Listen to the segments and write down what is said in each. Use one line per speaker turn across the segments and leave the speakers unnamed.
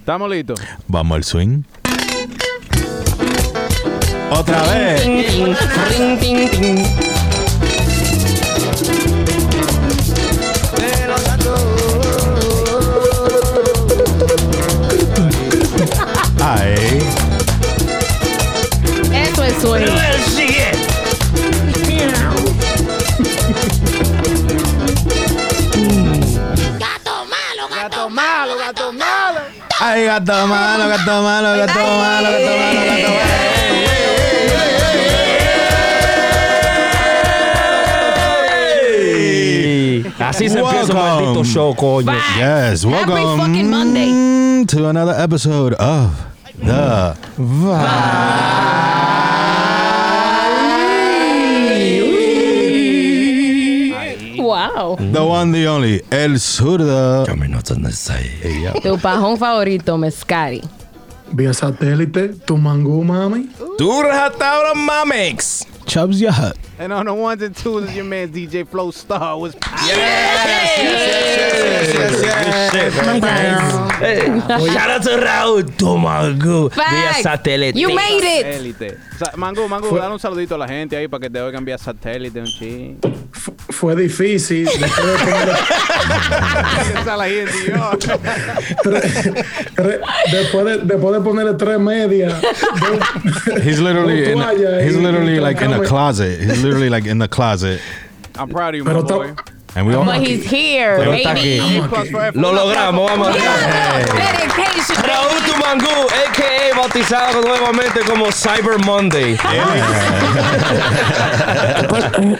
¿Estamos listos?
Vamos al swing. Otra vez. Ay.
Eso es sueño.
Gato malo, gato malo.
Ay, gato malo, gato malo, gato malo, gato malo, gato malo.
Así se empieza un
Welcome.
maldito show, coño.
Yes,
Every
welcome mm,
fucking Monday.
to another episode of the
Wow.
the one, the only, el zurdo.
Tu pajón favorito, Mezcari.
Vía satélite, tu mangú, mami.
Tú rajataron Mamex.
Chubs your hut.
And on the ones and twos is your man DJ Flow Star. Was
Shout out to Raúl Tomago. Vía
Facts.
satélite.
You made it.
satélite. Sa- Mango, Mango, dale un saludito a la gente ahí para que te oigan vía satélite, un ching.
Fu- fue difícil. Después de ponerle,
Esa la gente, yo.
tres, tres- después de, después de ponerle tres medias. dos-
He's literally in.
toalla
He's
y-
literally like in a
intercambio.
closet. He's literally like in the closet,
I'm proud of you, my
Pero
boy.
to-
and we all.
But he's here,
Pero está
baby.
aquí.
A plus forever.
Lo logramos, vamos arriba.
Yeah. Dedication.
Raúl Tumangú, a.k.a. bautizado nuevamente como Cyber Monday.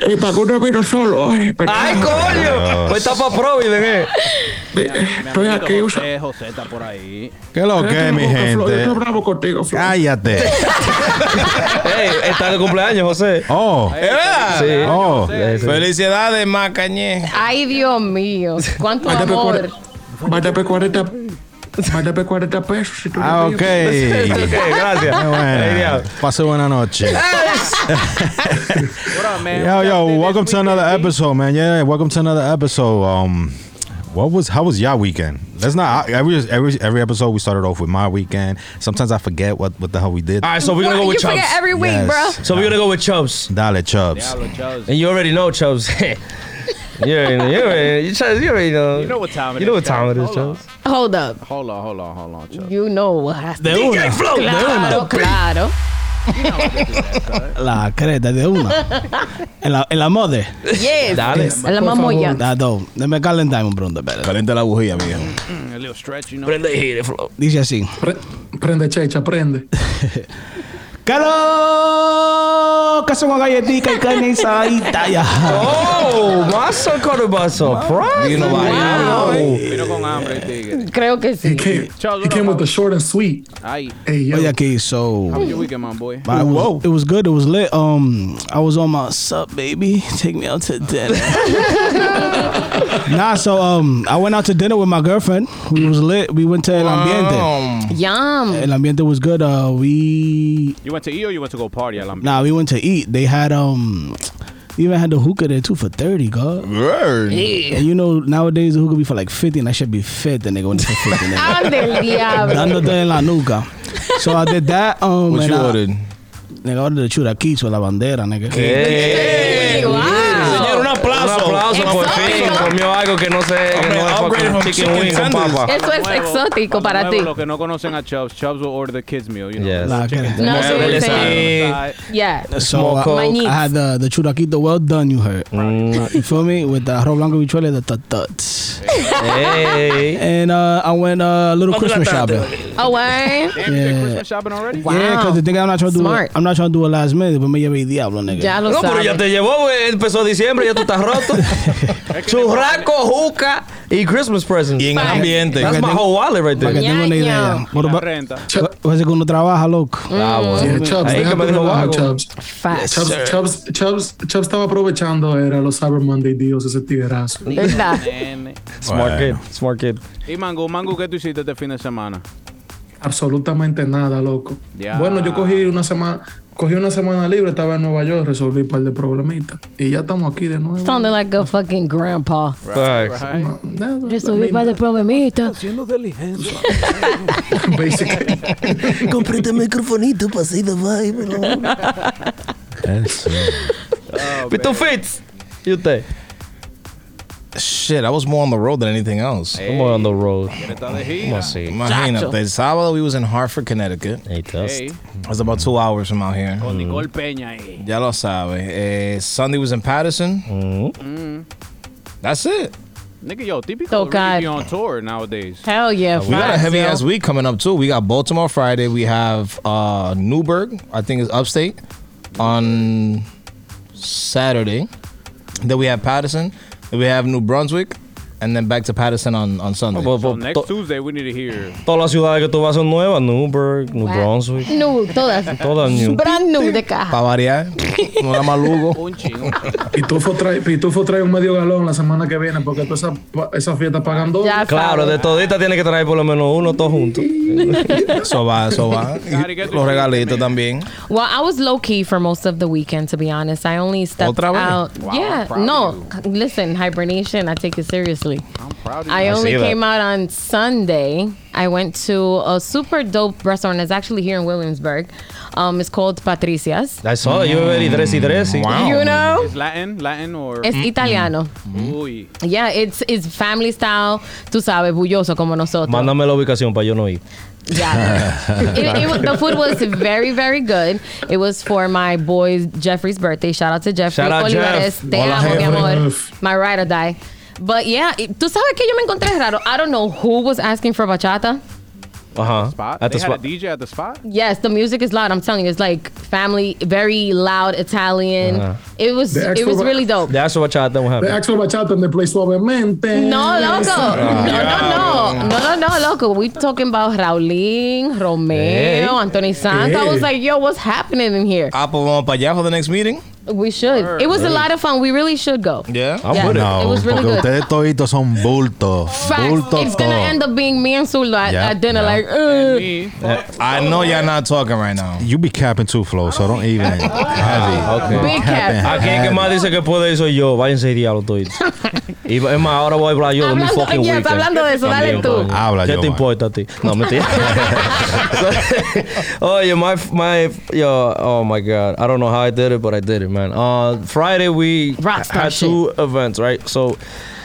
Y para que uno vino solo. Ay, pero-
¡Ay, coño! Pues está para Providence, eh.
Estoy aquí
José,
usando.
José está por ahí.
¿Qué lo que, mi
Yo estoy
gente?
bravo contigo, Flo.
Cállate.
Ey, está de cumpleaños, José.
Oh,
¿Es verdad? Sí.
oh.
Felicidades, Macañé.
Ay, Dios mío. Cuánto
Mándame
amor.
cuare- Mándame 40. Mándame 40 pesos. Si tú no
Ah,
tienes.
ok.
Ok,
Qué
gracias. Ey,
buena.
diablo.
Pase buena noche.
What up, man?
Yo,
What
yo,
y'all did this
welcome to
weekend, B?
another episode, man. Yeah, welcome to another episode. Um, what was how was y'all weekend? That's not I- every every every episode we started off with my weekend. Sometimes I forget what what the hell we did.
All right, so we're gonna go
What?
with
You
Chubbs.
forget every week,
Yes.
bro.
So we're gonna go with Chubbs.
Dale Chubbs.
Diablo, Charles.
And you already know Chubbs. you already know. You already, you Chubbs, you already know.
You know what time it
You know
is,
what time it is,
Chubbs. Hold
Chubbs.
Hold up.
Hold on, hold on, hold on, Charles.
You know what has to
DJ Flow, de
Claro, claro.
La creta de una. en la, en la mode.
Yes.
Dale.
La mamoya.
Da dos. Deme calentar un pronto, espérate.
Caliente la bujía, mijo.
Mm, A little stretch, you know.
Prende y gire, Flow.
Dice así.
Pre- prende, checha, prende.
¡Calo! Oh, Que son con galletica y carne ensaladita ya.
Oh, mazo caught by surprise. You know Oh.
Vino con hambre, el tigre.
Creo que
He
sí.
came,
Charles,
he came with the short and sweet.
Ay,
Hey, yo.
Oye aquí, so...
how was your weekend, my boy?
I was- it was good. It was lit. Um, I was on my sup, baby. Take me out to dinner. nah, so um, I went out to dinner with my girlfriend. We was lit. We went to El Ambiente.
Yum.
El Ambiente was good. Uh, we
You went to eat or you went to go party at Lamb?
Nah, we went to eat. They had um, they even had the hookah there too for thirty, god. And you know nowadays the hookah be for like fifty, and I should be fifty, nigga. When it's for fifty, nigga.
Ande el diablo.
Dándote en la nuca. So I did that. Um, and I, Nigga, I ordered the churraquicho, la bandera, nigga.
Wow.
Señor, un aplauso.
Un aplauso por fin.
Exótico.
Comió algo que no sé. Que
Hombre,
no es
upgrade
fucking
from
chicken
chicken
wing con
tenders.
papa.
Eso es exótico para ti.
Los que no conocen a Chubbs, Chubbs will order the kids meal, you know.
Yes.
Nah, I couldn't.
No,
Well,
seriously.
it's, uh,
Side.
Yeah.
So
Small
I,
Coke.
I had the the churraquito well done. You heard, you feel me? With the arroz blanco bichuela, the tut tuts.
Hey.
And uh, I went uh, a little Christmas shopping.
Oh, wait.
Damn, you did
Yeah.
Christmas shopping already?
Wow.
Yeah, because the thing I'm not trying to
Smart.
do, I'm not trying to do a last minute, but me llevé el diablo, nigga.
Ya lo
No, pero
sabes.
ya te llevó, güey. Empezó diciembre, ya tú estás roto. Churraco, juca y Christmas present.
Y en el
Facts.
ambiente.
That's my whole wallet right
Para que
there.
Ña,
tenga una
ña.
idea. Por-
La
pa-
renta.
Ch-
Parece que uno trabaja, loco.
Mm.
Ah,
Yeah,
bueno.
Chubbs,
Ahí que
deja
me
tu
dijo
relajo,
algo.
Chubbs.
Facts.
Chubbs, Chubbs, Chubbs, Chubbs estaba aprovechando era los Cyber Monday Dios, ese tiguerazo.
¿Verdad?
Nene.
Smart kid, smart kid.
Y Mango, Mango, ¿qué tú hiciste este fin de semana?
Absolutamente nada, loco.
Ya.
Bueno, yo cogí una semana, cogí una semana libre, estaba en Nueva York, resolví un par de problemitas. Y ya estamos aquí de nuevo.
Sounded like a fucking grandpa.
Right.
No, no, no,
Yo
I
subí
mean,
para el problemita.
basically.
Comprate el microfonito para así de vibe.
That's-
Pito Oh, Fitz. ¿Y usted?
Shit, I was more on the road than anything else.
Ey,
I'm on the road.
está de gira.
We'll see. Imagínate, el sábado we was in Hartford, Connecticut.
Hey, Mm. Test.
Ey,
That's about two hours from out here.
con Mm. Nicole Peña ahí.
Ya lo sabe. Eh, Sunday was in Patterson.
Mm.
That's it.
Mm. Nigga, yo, típico
So
Ricky
God.
on tour nowadays.
Hell yeah.
We got a
facts,
heavy
yo.
ass week coming up too. We got Baltimore Friday. We have uh, Newburgh, I think is upstate, on Saturday. Then we have Patterson. Then we have New Brunswick, and then back to Patterson on on Sunday.
Well,
So
well,
next
to-
Tuesday we need to hear.
Todas las ciudades que tú vas son nuevas. Newburgh, New
Wow.
Brunswick.
No, todas.
Todas new.
Brand new de caja.
Pa' variar, no nada más Lugo.
Un chingo.
Pitufo trae, Pitufo trae un medio galón la semana que viene porque todas esas pa- esas fiestas pagan dos.
Ya
Claro, de
sabes.
todita tiene que traer por lo menos uno, todos juntos.
Eso va, eso va.
Cari, ¿qué tú
Los regalitos
hiciste,
también.
Well, I was low key for most of the weekend, to be honest. I only stepped
Otra vez?
out.
Wow,
yeah,
I'm proud
no.
of
Listen, hibernation, I take it seriously.
I'm proud of you.
I only
see that.
came out on Sunday. I went to a super dope restaurant. It's actually here in Williamsburg. Um, it's called Patricia's.
I saw
Mm.
that you were very dressy dressy.
You know,
It's Latin, Latin or
it's Italiano.
Uy.
Yeah, it's it's family style. Tú sabes, bulloso como
Mm.
nosotros.
Mándame la ubicación para yo no ir.
Yeah. it, it, wa- the food was very, very good. It was for my boy Jeffrey's birthday. Shout out to Jeffrey
Shout out,
Olivares.
Jeff.
Te
Hola,
amo, mi
Jeffrey.
amor. My ride or die. But yeah, it- tú sabes que yo me encontré raro. I don't know who was asking for bachata.
Ajá.
Spot.
At
they
the
had
spot.
a DJ at the spot.
Yes, the music is loud. I'm telling you, it's like family, very loud Italian.
Uh-huh.
It was
The
it was
extra-
really dope.
Ah. The actual bachata what
De
happened.
Axel Bachata en The Play suavemente. Ah.
No, loco. No, no, no. No, no, no, loco. We talking about Raulín, Romeo,
Hey.
Anthony Santos. I was like, yo, what's happening in here?
Apple on para allá for the next meeting.
We should. It was a lot of fun. We really should go.
Yeah.
I'm
Yeah.
with it.
No,
It was really
porque
good.
ustedes toditos son bultos.
Facts.
Bultos
It's gonna
todos.
end up being me and Zulu at,
Yeah,
at dinner,
yeah.
like, Ugh.
Me.
Eh.
I know y'all not talking right now.
You be capping too, Flo, so don't even. heavy.
okay.
Big cap.
Aquí el que más dice que puede ir soy yo. Váyanse y diablo todo. Y es más, ahora voy a hablar yo de mi
hablando,
fucking
yes,
weekend.
hablando de eso, dale tú.
Habla,
¿Qué te
Giovanni.
importa a ti? No, mentira. Oye, my, my, yo, oh my God. I don't know how I did it, but I did it, man. Uh, Friday, we
Rockstar
had
shit.
two events, right? So,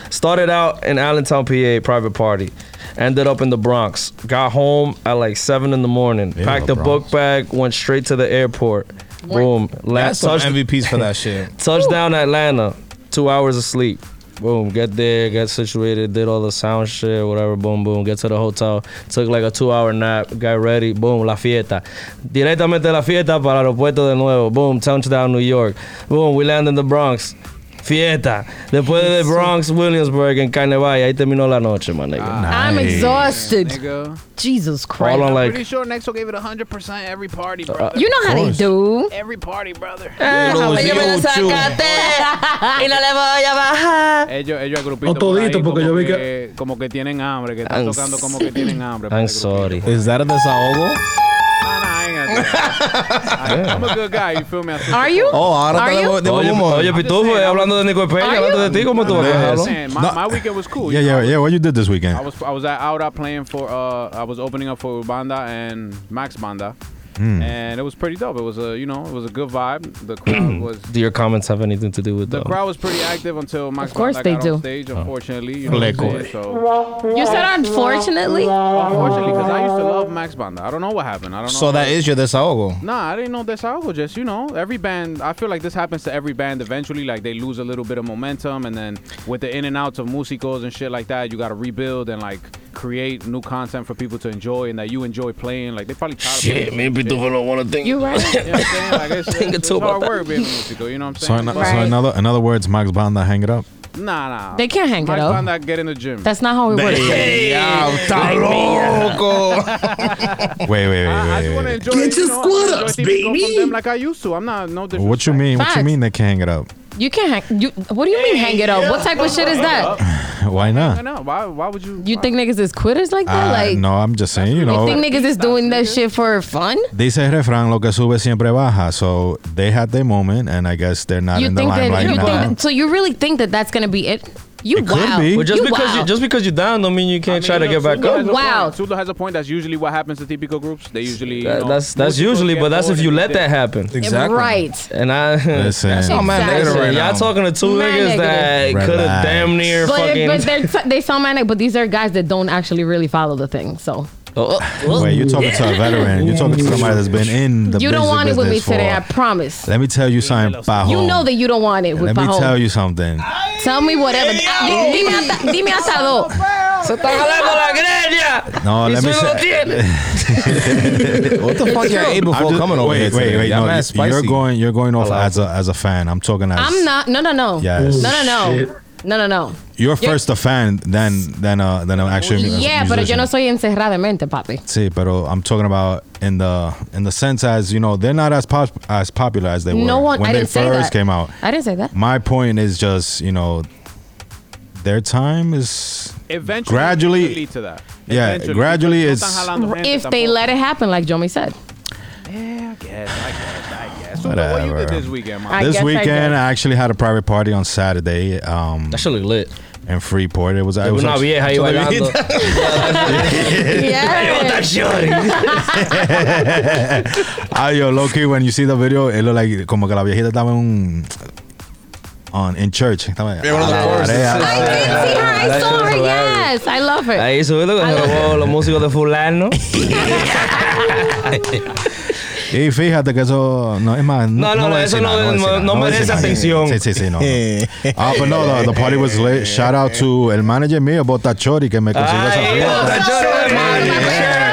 started out in Allentown, PA, private party. Ended up in the Bronx. Got home at like 7 in the morning.
Yeah,
packed
the
a book bag, went straight to the airport. Boom. La-
That's some
touched-
MVPs for that shit.
Touchdown Atlanta. Two hours of sleep. Boom. Get there, get situated, did all the sound shit, whatever. Boom, boom. Get to the hotel. Took like a two hour nap. Got ready. Boom. La fiesta. Directamente la fiesta para el aeropuerto de nuevo. Boom. Touchdown New York. Boom. We land in the Bronx. Fiesta. Después de Bronx, Williamsburg, en Carne Valle. Ahí terminó la noche, my nigga.
I'm
Nice.
exhausted.
Nigga.
Jesus
all
Christ.
on
Pretty
like.
sure Nexo gave it 100% every party, brother.
Uh, You know how they
course.
do. Eh,
every party, brother. Ellos, ellos
No
agrupitos por
todito,
ahí,
porque
como
yo vi
Como que tienen hambre, que están
Ah,
I'm
tocando como que tienen hambre.
I'm
parece grupito.
sorry.
Is that a desahogo?
Ah, nah, I ain't gonna do that. I'm a good guy, you feel me? I took
Are
it.
you?
Oh, ahora
Are
te
you?
devo- devo
Oye,
humor.
oye Pitufo, eh, hablando de Nico Peña,
Are
hablando de ti, ¿cómo tú vas a dejarlo?
Man, my, my weekend was cool.
Yeah,
you
yeah,
know?
yeah. What you did this weekend?
I was I was at Aura playing for uh I was opening up for Banda and Max Banda,
Hmm.
and it was pretty dope. It was a you know it was a good vibe. The crowd was
Do your comments have anything to do with
the
that?
crowd was pretty active until Max
Of course they
Banda got
do.
on
Oh.
stage. Unfortunately, you know what I'm
Leco.
saying? So,
You said unfortunately?
unfortunately, because I used to love Max Banda. I don't know what happened. I don't know.
So that is your desahogo.
Nah, I didn't know this algo. Just you know, every band. I feel like this happens to every band eventually. Like they lose a little bit of momentum, and then with the in and outs of musicos and shit like that, you got to rebuild and like create new content for people to enjoy and that you enjoy playing. Like they probably tired of playing.
me and Pitufo don't want to think.
You right.
You know what I'm saying? Like, it's,
Think
it's, it's
too about
hard
that.
work being a musico. You know what
so,
I'm
in,
saying?
so
Right.
in other, in other words, Max Banda hang it up.
Nah, nah.
They can't hang it
Max
up.
Banda get in the gym.
That's not how it works.
Yeah, está loco.
Wait, wait, wait,
I, I just want to
wait. wait.
enjoy.
Get
you
your
know, I wanna
squad ups,
enjoy Típico from
baby.
them like I used to. I'm not no different.
What you mean? What you
Facts.
mean they can hang it up?
You can't hang. You, what do you mean hang it up? What type of shit is that?
Why
I
not?
know. Why? Why would you?
You think niggas is quitters like that?
Uh,
like
no, I'm just saying, you know.
you think niggas is doing that shit for fun?
Dice el refrán, lo que sube siempre baja. So they had their moment, and I guess they're not
You
in the
think that?
limelight
You
now.
think that, so? You really think that that's gonna be it? You
It could
wow.
be.
You
Well,
But just because
wow.
you just because you're down don't mean you can't
I mean,
try to
you know,
get back
Sudo
up.
has a
Wow.
point. Sudo has a point. That's usually what happens to typical groups. They usually. you
That-
know,
that's that's
musicals
usually,
get
but that's
bored
if you
and
let
they-
that happen.
Exactly.
Right.
And I
Listen,
That's all mad
Listen,
negative
right now.
y'all talking to two
Mad
niggas
negative.
that could
Relax.
have damn near
But,
fucking.
but they're t- they sound manic, but these are guys that don't actually really follow the thing. So
Oh, oh,
wait, you're talking to a veteran. You're talking to somebody that's been in the
you don't
music
want it with me
business
today,
for-
I promise.
Let me tell you something, Pajo.
You know that you don't want it with
Let me
Pajón.
tell you something.
Tell me whatever. Di- Dime, hasta, dime hasta dos.
Se está jalando la greña. Y
No, let me
si no
say-
tiene.
What the fuck y'all ate
I'm
before
just-
coming over
wait,
here
wait,
today?
wait,
Y'all
no,
mad
you- you're
spicy.
going, you're going off as a as a fan. I'm talking as
I'm not. No, no, no.
Yes.
No, no, no. No, no, no.
You're first a fan, then then uh then an actual mu-
Yeah, pero yo
musician.
no soy encerrada en mente, papi.
Sí, pero I'm talking about in the in the sense as you know they're not as pop, as popular as they were
No one.
when
I
they
didn't
first
say that.
came out.
I didn't say that.
My point is just you know their time is
Eventually,
Gradually-
it'll lead to that.
Yeah,
Eventually,
gradually
because no
it's-
están jalando gente
If they
tampoco.
let it happen, like Jomi said.
Yeah, Eh, I guess, I guess, I guess. So what you did
Whatever.
this weekend,
I
man?
this
guess I
weekend.
did.
I, actually had a private party on Saturday um
That shit look lit.
in Freeport. It was it was
Una
actually-
vieja ahí bailando.
Yeah.
Ah, yo, low key, when you see the video, it looked like como que la viejita estaba en un. On, in church. Estaba
Yeah, one of the
a la
choruses.
pared.
I did see her. I
That
saw
shit was
her.
hilarious.
Yes, I love her.
Ahí subí lo que se robó los músicos de fulano.
Y Eh, fíjate que eso no es más.
No, no,
voy a
eso
decir
no-
nada, voy a
no-
decir nada,
no
voy a decir
merece
nada.
atención.
Sí, sí, sí, no.
Eh.
no. Ah, but no, the, the party was lit. Shout out to el manager mío, Botachori, que me consiguió esa
Ay,
fiesta.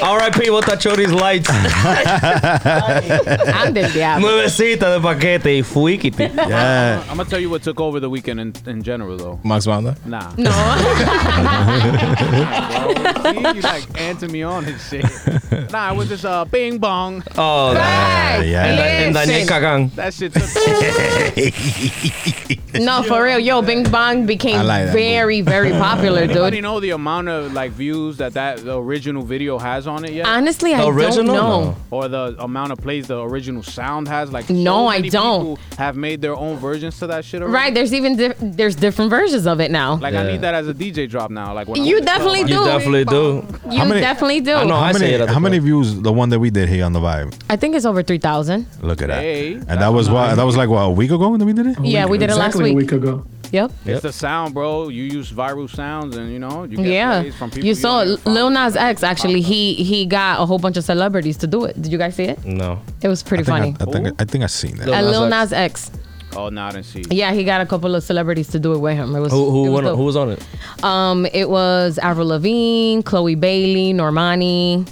R.I.P. Botachori's Lights.
I'm the diablo.
Nuevecita de paquete y fuiquiti.
Yeah.
I'm gonna tell you what took over the weekend in, in general, though.
Max Banda.
Nah,
No.
bro. See, you like answer me on and shit. Nah, it was just uh, bing bong.
Oh,
Right.
yeah.
and Daniel
Listen.
Cagán.
That shit took over.
No, for real. Yo, Bing Bang became
like that
very, very popular,
Anybody
dude.
know the amount of like views that that the original video has on it yet?
Honestly, I
The
don't
original?
know.
or the amount of plays the original sound has. Like,
No,
so
I
many
don't.
people Have made their own versions to that shit. Already.
Right? There's even diff- there's different versions of it now.
Like, I
Yeah.
need that as a DJ drop now. Like, when
You
I'm
definitely
You
do.
definitely do.
You
many-
definitely do.
I know.
How
I say
many,
it at the
how many
club.
views the one that we did here on the vibe?
I think it's over three thousand.
Look at that.
Hey,
and that was what that was like what a week ago that we did it.
Yeah, we did it last week.
exactly a week ago.
Yep.
It's the sound, bro. You use viral sounds, and you know you get
Yeah.
plays from people.
You saw
don't even follow.
Lil Nas X actually. He he got a whole bunch of celebrities to do it. Did you guys see it?
No.
It was pretty
I think
funny.
I, I think I think I seen that.
Lil
A Lil Nas
Nas X.
X.
Oh, not and see.
Yeah, he got a couple of celebrities to do it with him. It was
Who
it
who
was
won,
dope.
who was on it?
Um, it was Avril Lavigne, Chloe Bailey, Normani,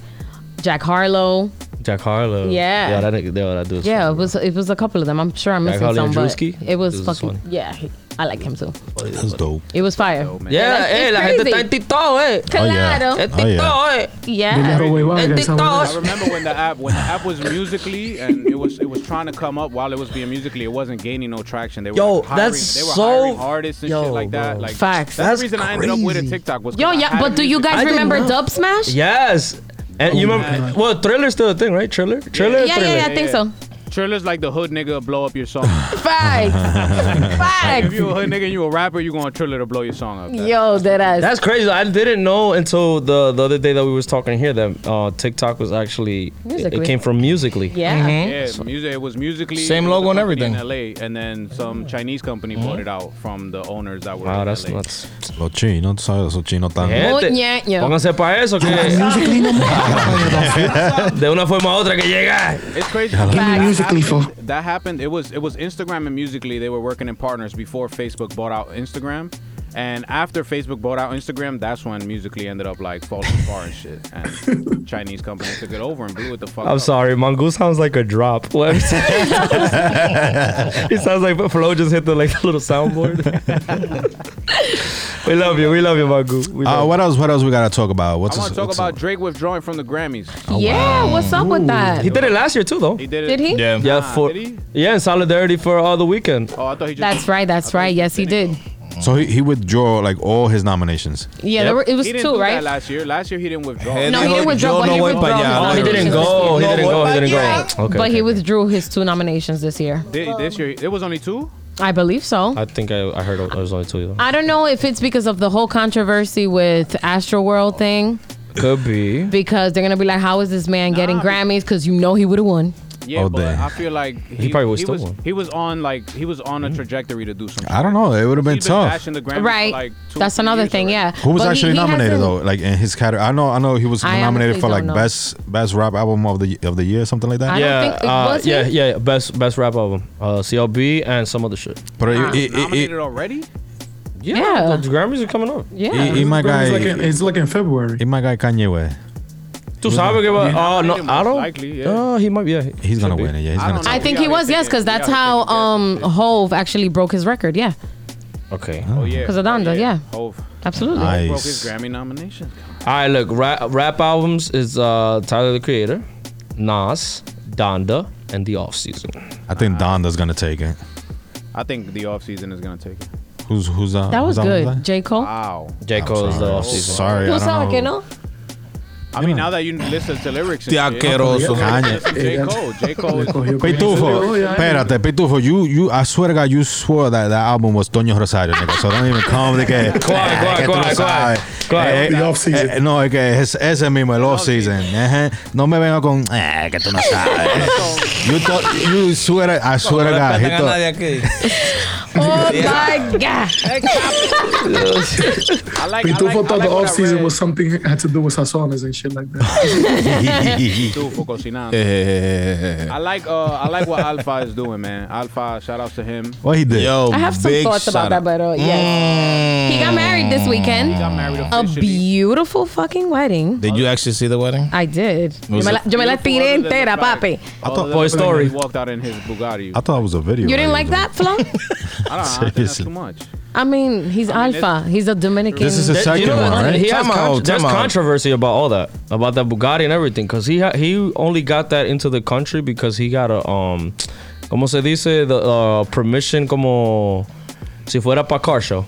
Jack Harlow.
Jack Harlow.
Yeah.
Yeah, that nigga. Yeah, that dude's.
Yeah, it
fucking
was it was a couple of them. I'm sure I'm
Jack
missing
Harlow
some,
and
but
Drewski?
it was
This is
fucking
funny.
yeah. he- I like him too.
That was dope.
It was fire.
man.
Yeah,
Like,
eh,
it's
la gente está en
crazy.
TikTok, eh.
Claro.
Oh, yeah.
En TikTok, eh.
Dile a
Yeah.
Robo Iván
En
que esa
I
TikTok.
remember when the app when the app was musically and it was it was trying to come up while it was being musically it wasn't gaining no traction. They were
Yo,
like, hiring,
that's
they were
so-
hiring artists and
Yo,
shit like that.
bro.
Like
Facts.
That's,
That's
the reason I ended up with a
crazy.
TikTok was 'cause
Yo,
I
yeah,
had
but do you
music.
guys
I did
remember
not.
Dub Smash?
Yes. And you remember? Well, Thriller's still a thing, right? Thriller. Thriller. or
Yeah, yeah,
thriller?
yeah, I think so.
Triller's like the hood nigga blow up your song.
Facts.
if
Facts.
you a hood nigga and you a rapper, you gonna Triller to blow your song up. That's-
Yo, that ass.
That's crazy. I didn't know until the, the other day that we was talking here that uh, TikTok was actually it,
Musically.
it came from musically.
Yeah.
Yeah, music. It was musically
Same
it was a
logo and
company
everything.
in LA, and then some Chinese company bought it out from the owners that were.
Wow,
in
that's
LA.
nuts.
Los chinos, tú sabes, los chinos tan.
Gente,
Coñaño.
Pónganse para eso que de una forma u otra que llega.
It's crazy.
me
That
Musical.ly for-
happened- That happened. It was it was Instagram and Musically. They were working in partners before Facebook bought out Instagram. And after Facebook bought out Instagram, that's when Musically ended up like falling apart and shit. And Chinese companies took it over and blew it the fuck
I'm
up.
sorry, Mongoose sounds like a drop. What I'm saying. it sounds like Flo just hit the like little soundboard. we love you. We love you, Mongoose. We
Uh,
love
what else? What else we gotta talk about? What's
I want to
this-
talk
what's-
about Drake withdrawing from the Grammys.
yeah, what's up with that?
you. Oh, He did it last year too, though.
He did it.
Did he?
Yeah.
Yeah,
Nah,
for
did he?
yeah, in solidarity for all the weekend.
Oh, I thought he just.
That's right. That's right. Yes, he did.
So he, he withdrew like all his nominations.
Yeah, there were, it was
He didn't
two,
do
right?
that last year. Last year he didn't withdraw.
No, he didn't withdraw,
Yo
but he
voy
withdrew
pa' allá.
all
Oh, he didn't go. He didn't go. He didn't go. Okay.
but
okay.
he withdrew his two nominations this year.
Thi- this year it was only two.
I believe so.
I think I, I heard it was only two. Though.
I don't know if it's because of the whole controversy with Astroworld thing,
Could be.
because they're gonna be like, "How is this man getting
Nah, but-
Grammys?" Because you know he would have won.
Yeah,
Oh,
but
damn.
I feel like he,
probably was
he
still
was,
one.
he was on like he was on a trajectory to do something.
I don't know. It would have been tough.
bashing the Grammys for,
right.
like, two or
That's
three
another
years
thing.
already.
Yeah.
Who was
But he-
actually
he
nominated
hasn't-
though? Like in his category, I know, I know he was
I
nominated
honestly
for
don't
like
know.
best best rap album of the of the year, something like that.
I- don't
yeah,
think it
uh,
was
yeah,
him.
yeah. Best best rap album, uh, CLB, and some other shit.
but it, it, it,
Nominated
it,
already?
Yeah.
the Grammys are coming up.
Yeah.
it- it my guy,
It's like in, it's like in February.
it my guy Kanye West.
Tú sabes que va? Oh no,
Nominated
I
most
don't.
likely, yeah.
Uh, he might be. Yeah,
He's gonna win it. Yeah, he's
I
gonna.
don't know.
I
We
think he
gotta
was
take
yes,
it-
because
we
that's
gotta
how
take it, yeah.
um Hove actually broke his record. Yeah,
Okay.
Oh yeah.
'Cause of Donda, yeah.
Hov
absolutely.
Nice.
broke his Grammy nomination.
All right, look, rap, rap albums is uh, Tyler the Creator, Nas, Donda, and The Offseason.
I think Donda's gonna take it.
I think the offseason is gonna take it.
Who's who's uh,
That was
who's
good. J Cole.
Wow.
J. Cole is The
Oh,
Offseason.
sorry,
Tú
I
sabes que
don't know.
no?
I mean, now that you listen to lyrics, and
Te
shit, Listen
asqueroso.
to J
Yeah.
Cole. J Cole.
Le
is-
cogió con- Oh,
Pitufo,
yeah.
espérate, Pitufo, you, you, I swear to God, you swore that that album was Toño Rosario, nigga, so don't even complicate.
Quiet, quiet,
Que
quiet,
tú no
quiet.
sabes.
Quiet.
Eh, eh,
The off-season.
eh, no, es que es ese mismo, el off-season. Ejé. No me venga con, eh, que tú no sabes. you, thought, you swear, I swear to God, he thought-
Oh my God!
I like. I like,
Pitufo
I
thought
like
the
what I
off season
read.
was something that had to do with sazones and shit like that.
Pitufo cocinando.
Eh,
I like. Uh, I like what Alpha is doing, man. Alpha, shout outs to him.
What he did?
Oh,
Yo,
I have some
big
thoughts about
shout
that,
out.
but uh, yeah, he got married this weekend.
Got married
A
officially.
beautiful fucking wedding.
Did you actually see the wedding?
I did. Yo
was
me la, yo me la
Beautiful
tiré
other than the
entera,
fact-
papi.
other
thought-
than
Boy
the fact
story.
He walked out in his Bugatti.
I thought it was a video.
You didn't like
right?
that, Flo?
I don't know. I think that's
Seriously.
too much.
I mean, he's
I mean,
alpha. He's a Dominican.
This is his
That-
second one,
what?
right?
He has
Time
con-
out,
there's
time out.
controversy about all that, about that Bugatti and everything, because he ha- he only got that into the country because he got a um, como se dice the uh, permission como si fuera pa car show,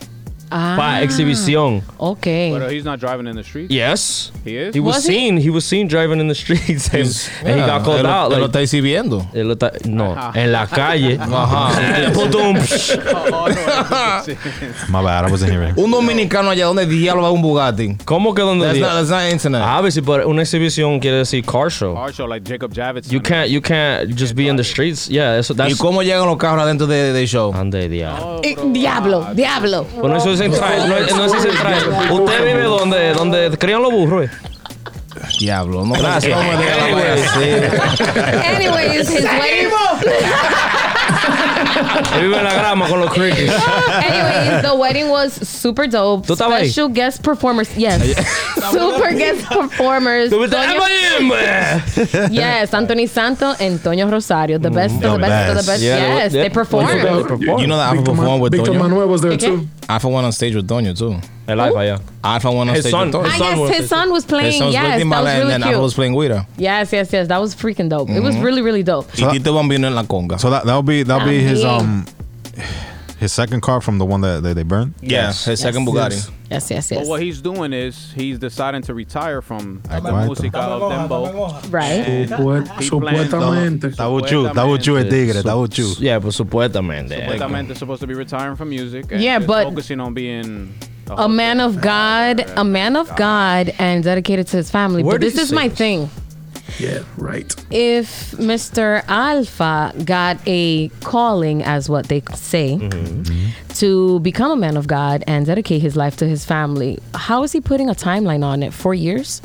ah,
pa exhibición.
okay.
But uh, he's not driving in the street.
Yes,
He is.
he was,
Was he?
seen. He? was seen driving in the streets, and, and he
Yeah,
got called
él lo-
out.
él lo
Like,
está exhibiendo.
él lo está- no, en la calle. Ajá. Pum,
Oh, oh, no,
My bad, I wasn't hearing.
Un dominicano allá donde diablo va un Bugatti.
¿Cómo que donde?
That's
diga?
not, that's not internet.
Ah, Obviously, but una exhibición quiere decir car show.
Our show, like Jacob Javits.
You can't you can't just be in the streets. Yeah, eso
¿Y
that's
cómo llegan los carros adentro de, de show?
Ande diablo.
Eh, Diablo, diablo.
Bueno, eso es central, no, es- no es central. Usted vive donde donde crían los burros. eh.
Diablo, no gracias. No me digas la vaina así.
Anyways, his wedding.
Él vive en la grama con los crickets.
Anyways, the wedding was super dope.
¿Tú estabas ahí?
Special guest performers. Yes. super guest performers.
Tú me estás-
Toño-
Am I in, man?
yes, Anthony Santo and Toño Rosario. The best, of the
the
best, of the
best.
best.
Mm. Yeah,
yes,
they-
they performed.
They perform.
You know that Alpha
Victor,
performed
Man-
with
Victor
Doño.
Manuel was there
Okay.
too.
Alpha went on stage with Doño too.
El alfa, yeah.
Alpha went on
His
stage
son-
with Doño.
his
I guess his son was
His
playing.
son was
Yes,
Blake
that
Mala,
was
and
really
then Alpha was
cute.
playing Guira.
Yes, yes, yes. That was freaking dope. It was
Mm-hmm.
really, really dope.
Y Tito Bambino en la conga.
So that that'll be that'll be his
También.
um his second car from the one that, that they burned.
Yeah, his second Bugatti.
Yes, yes,
But
yes.
what he's doing is he's deciding to retire from the
Aguanta.
música of Dembo.
Right.
Oh,
Supue-
He
Supuestamente.
That would you. That would you, a tigre. That would you.
Yeah, pues supuestamente.
Supuestamente supposed to be retiring from music. And
Yeah,
just
but-
focusing on being
a man of God, a man of God, and dedicated to his family.
Where
but
did
this
you
is
see
my
this?
thing.
Yeah, right.
If Mr. Alpha got a calling, as what they say, to become a man of God and dedicate his life to his family, how is he putting a timeline on it? Four years?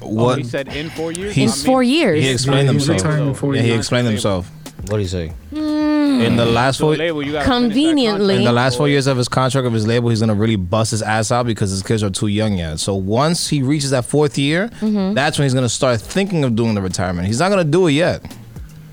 What
What?
he said in four years.
In
I mean,
four years?
He explained
Yeah, he was
himself.
retiring for
Yeah, he
you.
explained himself.
Hmm.
What do you say?
In the last
So
four,
label, you gotta finish that
Conveniently.
in the last four years of his contract of his label, he's gonna really bust his ass out because his kids are too young yet. So once he reaches that fourth year,
Mm-hmm.
that's when he's gonna start thinking of doing the retirement. He's not gonna do it yet.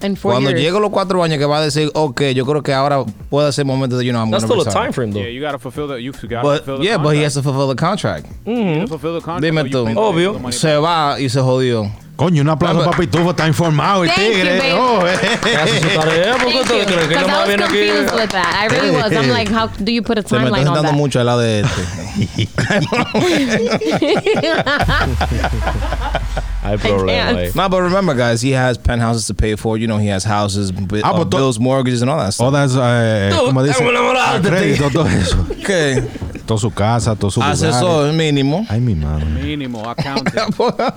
in four
Cuando
years.
llegue a los cuatro años que va a decir, okay, yo creo que ahora puede ser momento de you know I'm
That's
gonna
still a
retire."
time frame though.
Yeah, you gotta fulfill that. You gotta
But
fulfill the
yeah,
contract.
but he has to fulfill the contract.
You gotta fulfill the contract.
Dime
or you
tú.
pay the-
Mm-hmm. Obvio.
the money
Se va y se jodió.
Coño, un aplauso,
Vamos.
papi. Tú está informado, el
Thank you,
tigre.
baby.
Oh, eh.
Hace su tarea, porque
Thank
ustedes
you.
creen que
'Cause
nomás
I was
viene aquí-
confused with that. I really was. I'm like, how do you put a
Se me está
timeline on
sentando
that?
mucho al lado de este.
Hay problema ahí.
nah, but remember, guys, he has penthouses to pay for. You know, he has houses, bi-
Ah,
uh,
but to-
bills, mortgages, and all that
All
stuff.
that's, eh, ¿cómo dice?
estamos enamorados
A
de ti.
crédito, todo eso.
Okay.
Todo su casa, todo su lugar.
Asesor mínimo.
Ay, mi madre.
Mínimo, I count it.
What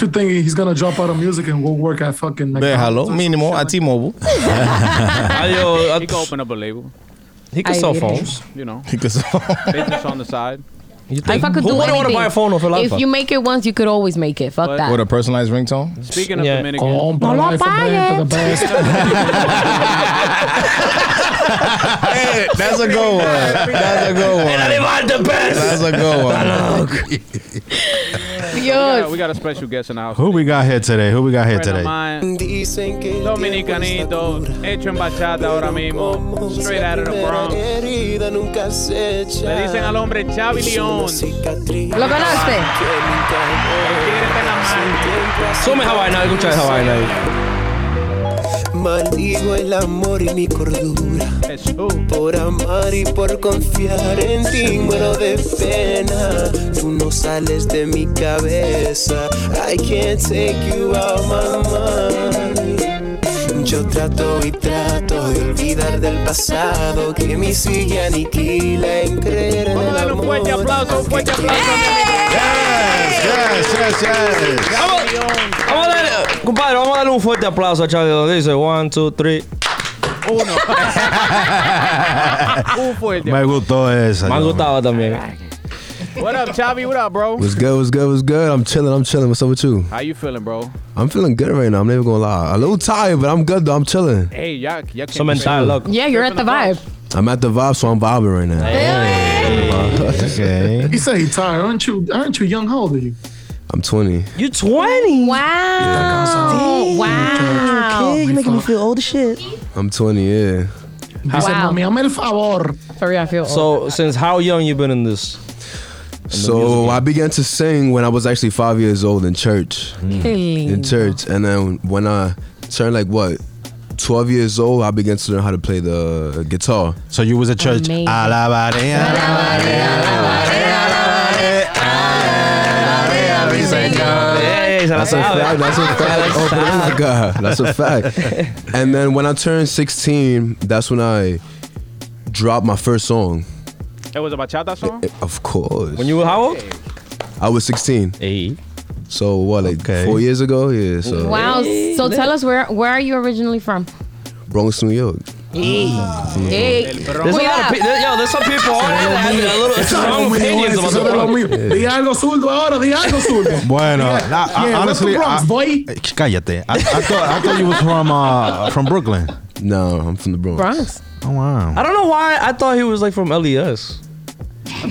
you think he's gonna drop out of music and go work at fucking
Déjalo. Mínimo a T-Mobile.
Ah, yo,
He can open up a label.
I- He can
I
sell
really-
phones.
You know,
Because
business on the side.
You
If I could
Who
do
wouldn't want to
anything.
buy a phone off a
If
laptop?
you make it once, you could always make it. Fuck
But-
that.
with a personalized ringtone.
Speaking of
Yeah. Oh,
Dominican,
No lo
hey, that's a good one. That's a good one. That's a good one.
we, got,
Yo,
we got a special guest in our house.
Who we got here today? Who we got here
Friend of
today?
mine, Dominicanito, hecho en bachata ahora mismo, straight out of the Bronx. Le dicen al hombre Xavi León.
¿Lo conoce?
Quiérete la mano.
Sube esa vaina, escucha esa vaina ahí.
Maldigo el amor y mi cordura
Jesús.
por amar y por confiar en ti muero de pena. Tú no sales de mi cabeza. I can't take you out my mind. Yo trato y trato de olvidar del pasado que me sigue aniquila en creer en
Vamos a
el
darle un fuerte
amor.
aplauso, un fuerte aplauso.
Yes, yes, yes, yes.
Vamos, vamos a darle, compadre, vamos a darle un fuerte aplauso a Charlie. Donde dice one, two, three.
Un fuerte.
Me gustó esa.
Me ha
yo.
gustado también.
What up, Xavi? What up, bro?
What's good? What's good? What's good? I'm chilling. I'm chilling. What's up with you?
How you feeling, bro?
I'm feeling good right now. I'm never gonna lie. A little tired, but I'm good though. I'm chilling.
Hey, y'all, y'all
Eso mental, loco.
Yeah, you're at the vibe.
I'm at the vibe, so I'm vibing right now.
Okay.
He said he tired. Aren't you? Aren't you young? How old are you?
I'm 20.
You 20.
Wow. Wow.
You're making me feel old.
I'm 20. Yeah.
He said,
Wow.
"Mami, hazme el favor."
For real, I feel old.
So, since how young you been in this?
So I began to sing when I was actually five years old in church. In church, and then when I turned like what, 12 years old, I began to learn how to play the guitar.
So you was at church.
Amazing.
Alabaré, alabaré,
Hey, se la
That's a fact.
sabe.
That's a fact. Oh, praise God. That's a fact. And then when I turned 16, that's when I dropped my first song.
It was a bachata song?
Of course.
When you were how old?
I was 16.
Eight.
So what, like
Okay.
four years ago? Yeah. So
Wow. So tell us where where are you originally from?
Bronx, New York.
Hey.
There's a
Wait
lot
up.
of people. Yo, there's some people on that have a little strong opinions about
Eso
the
de lo
world.
mío. Di algo zurdo ahora. Di algo zurdo.
Bueno, nah, I-
Yeah, what's the
honestly,
Bronx,
I,
boy?
Eh, cállate. I, I thought I thought you was from uh from Brooklyn.
No, I'm from the Bronx.
Bronx.
Oh wow.
I don't know why I thought he was like from E LES.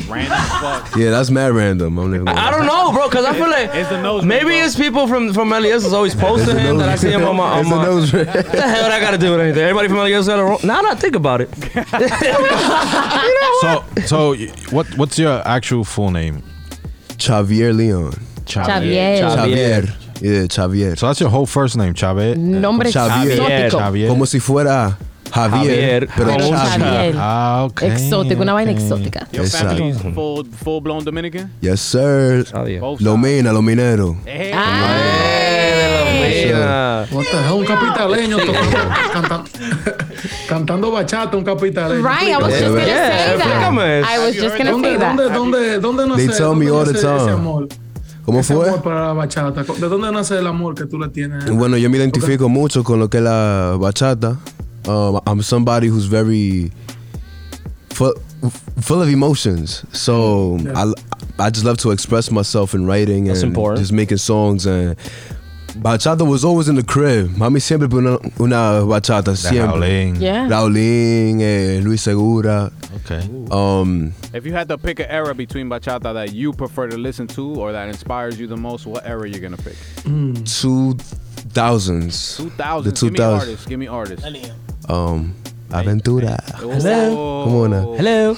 Random fuck.
Yeah, that's mad random. I'm never. Gonna
I don't know, bro, because I feel like
It's the nose ring,
maybe
bro.
it's people from from LES is always posting him that I see him on my on
It's a
my.
nose ring.
What the hell I gotta do with anything? Everybody from LES got a wrong. Now that I think about it,
So so y- what what's your actual full name?
Xavier Leon.
Xavier.
Xavier.
Xavier.
Yeah, Xavier.
So that's your whole first name, Chávez.
Nombre
Xavier.
exótico.
Xavier.
Como si fuera Javier,
Javier.
pero
Pero
Xavier.
Xavier.
Ah, okay.
Exótico. Una vaina exótica.
Your
Exacto.
family's full, full-blown Dominican?
Yes, sir.
Xavier.
Both sides.
Lomina, Lominero.
Eh,
Hey,
Ah.
Yeah.
What the hell? Un capitaleño tocando- canta- cantando bachata, un capitaleño.
Right, I was
Yeah,
just gonna
man.
say
Yeah,
that.
explícame.
I was just gonna
¿Dónde,
say
dónde,
that.
dónde, dónde
They
nace?
tell
dónde
me all the
nace ese
time.
amor?
¿Cómo
Ese
fue?
amor para la bachata. ¿De dónde nace el amor que tú le tienes?
Bueno, yo me identifico mucho con lo que es la bachata. Um, I'm somebody who's very full, full of emotions. So I, I just love to express myself in writing
That's
and
important.
just making songs and Bachata was always in the crib. Mami siempre pone una bachata. Siempre.
Raulín.
Yeah.
Raulín, eh, Luis Segura.
Okay.
Um,
If you had to pick an era between bachata that you prefer to listen to or that inspires you the most, what era you're gonna pick?
two thousands.
Two
The
thousands.
two
Give me
thousands.
artists. Give me artists.
Um, Aventura.
Hello.
Oh.
¿Cómo una?
Hello.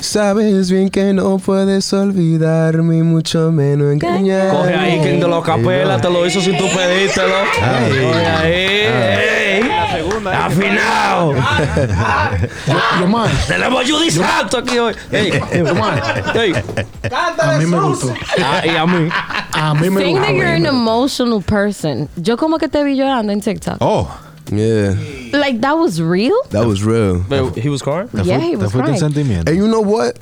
Sabes bien que no puedes olvidarme, mucho menos engañarme.
Coge ahí, que de los capelas te lo hizo sin tú pedírtelo. Coge ahí. ey.
La segunda. eh, que-
Afinado.
Yomar,
Tenemos Judy Santos aquí hoy. Ey, ey.
a mí me gustó.
Ah, y a mí.
A mí me
Saying
gustó.
that you're an emotional person. Yo como que te vi llorando en TikTok.
Oh,
Yeah,
Like that was real?
that was real.
But he was crying?
te
yeah,
fue,
he
te
was
fue
crying.
sentimiento.
And you know what?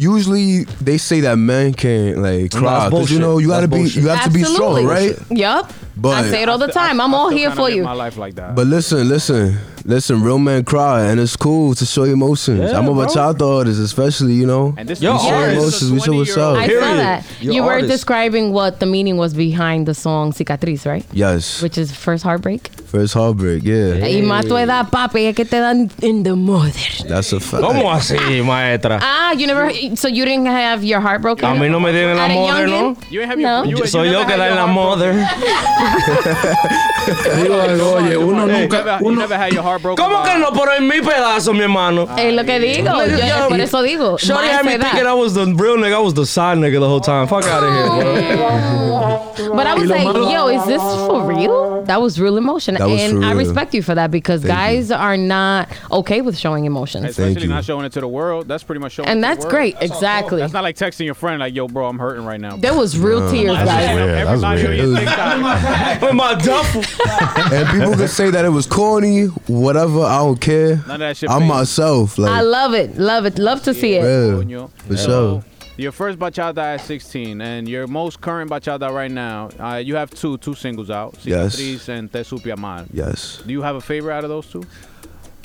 Usually they say that men can't like cry, 'cause you
bullshit.
know you gotta
That's
be
bullshit.
you have to be strong, right?
Yup.
But-
I say it all the time. I'm
I
all
still
here
kinda
for
live
you.
My life like that.
But listen, listen, listen. Real men cry, and it's cool to show emotions.
Yeah,
I'm a
bro.
bachata artist, especially you know.
and this
Yo,
is
Yes.
emotions, we should what's up.
I saw
Period.
that.
You're
you were
artist.
describing what the meaning was behind the song Cicatriz, right?
yes,
Which is first heartbreak.
first heartbreak. Yeah,
Y más tu edad, papi, es que te dan in the mother.
that's a fact.
¿Cómo así, maestra?
Ah, you never. So you didn't have your heart broken?
A mí no me dieron la
At a
mother, ¿no?
youngin?
You ain't have
No.
your, you,
Yo
you
soy
never
yo que
had
da
your
en la
heart broken.
mother.
Digo algo, oye, uno
You
nunca.
never, you
Uno,
never had your heart broken.
¿Cómo
by-
que no? Pero en mi pedazo, mi hermano.
Es lo que digo. Yo, yo por eso digo.
Shorty
más
had me
edad.
thinking I was the real nigga. I was the side nigga the whole time. Fuck out of here, bro.
But I was like, yo, is this for real? That was real emotion.
That was for
and I
real.
respect you for that because guys are not okay with showing emotions.
Especially
you.
not showing it to the world. That's pretty much showing. it
And
to the
that's
world.
great. Exactly.
That's not like texting your friend like, "Yo, bro, I'm hurting right now."
There was real tears,
that's
guys.
weird. Yeah, that was
Everybody
weird.
on your TikTok.
With my duffel.
and people could say that it was corny, whatever. I don't care.
None of that shit
I'm
fake.
myself,
I
like
love it. Love it. Love to see it.
yeah, for sure.
Your first bachata at 16, and your most current bachata right now. Uh, you have two two singles out,
Yes.
Cicatriz and Te Supe Amar.
Yes.
Do you have a favorite out of those two?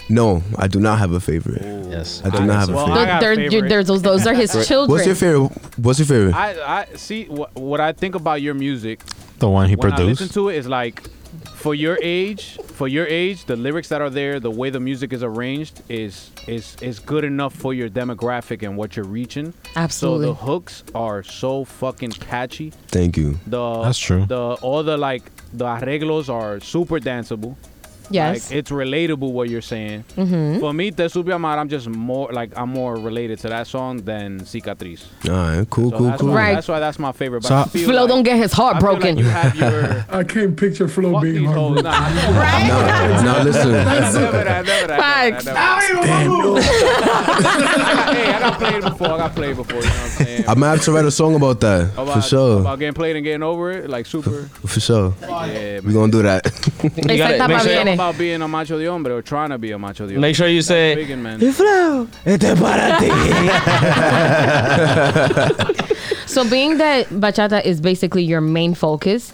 No, I do not have a favorite.
Yes.
I do not have a
Well,
favorite.
I got a
They're,
favorite.
they're, they're- those, those are his children.
What's your favorite? What's your favorite?
I, I see what, what I think about your music
The one he
when I listen
produced.
to it is like for your age, for your age, the lyrics that are there, the way the music is arranged is is is good enough for your demographic and what you're reaching.
Absolutely.
So the hooks are so fucking catchy.
Thank you.
The
That's true.
The all the like the arreglos are super danceable.
Yes. Mm-hmm.
Like it's relatable what you're saying. For me, Te Supe Amar, I'm just more like I'm more related to that song than Cicatriz.
All right, cool,
So
cool,
that's
cool.
Why,
Right.
That's why that's my favorite. But
So-
I feel
Flo
like-
don't get his
I
heart
feel like
broken.
you have your
I can't picture Flo
fuck
being
these
hard.
hoes. Nah.
Nah, nah, listen.
Never that, never that,
Facts.
never that, never that. Hey, I got played before. I got played before. You know what I'm saying?
I'm gonna have to write a song about that
About,
for sure.
About getting played and getting over it, like super.
For sure,
Yeah,
we
man.
gonna do that.
Esa
gotta
etapa
make sure-
Talk
viene.
about being a macho de hombre or trying to be a macho de hombre.
Make sure you say,
Biggin, man.
Flo, este es para ti.
So, being that bachata is basically your main focus,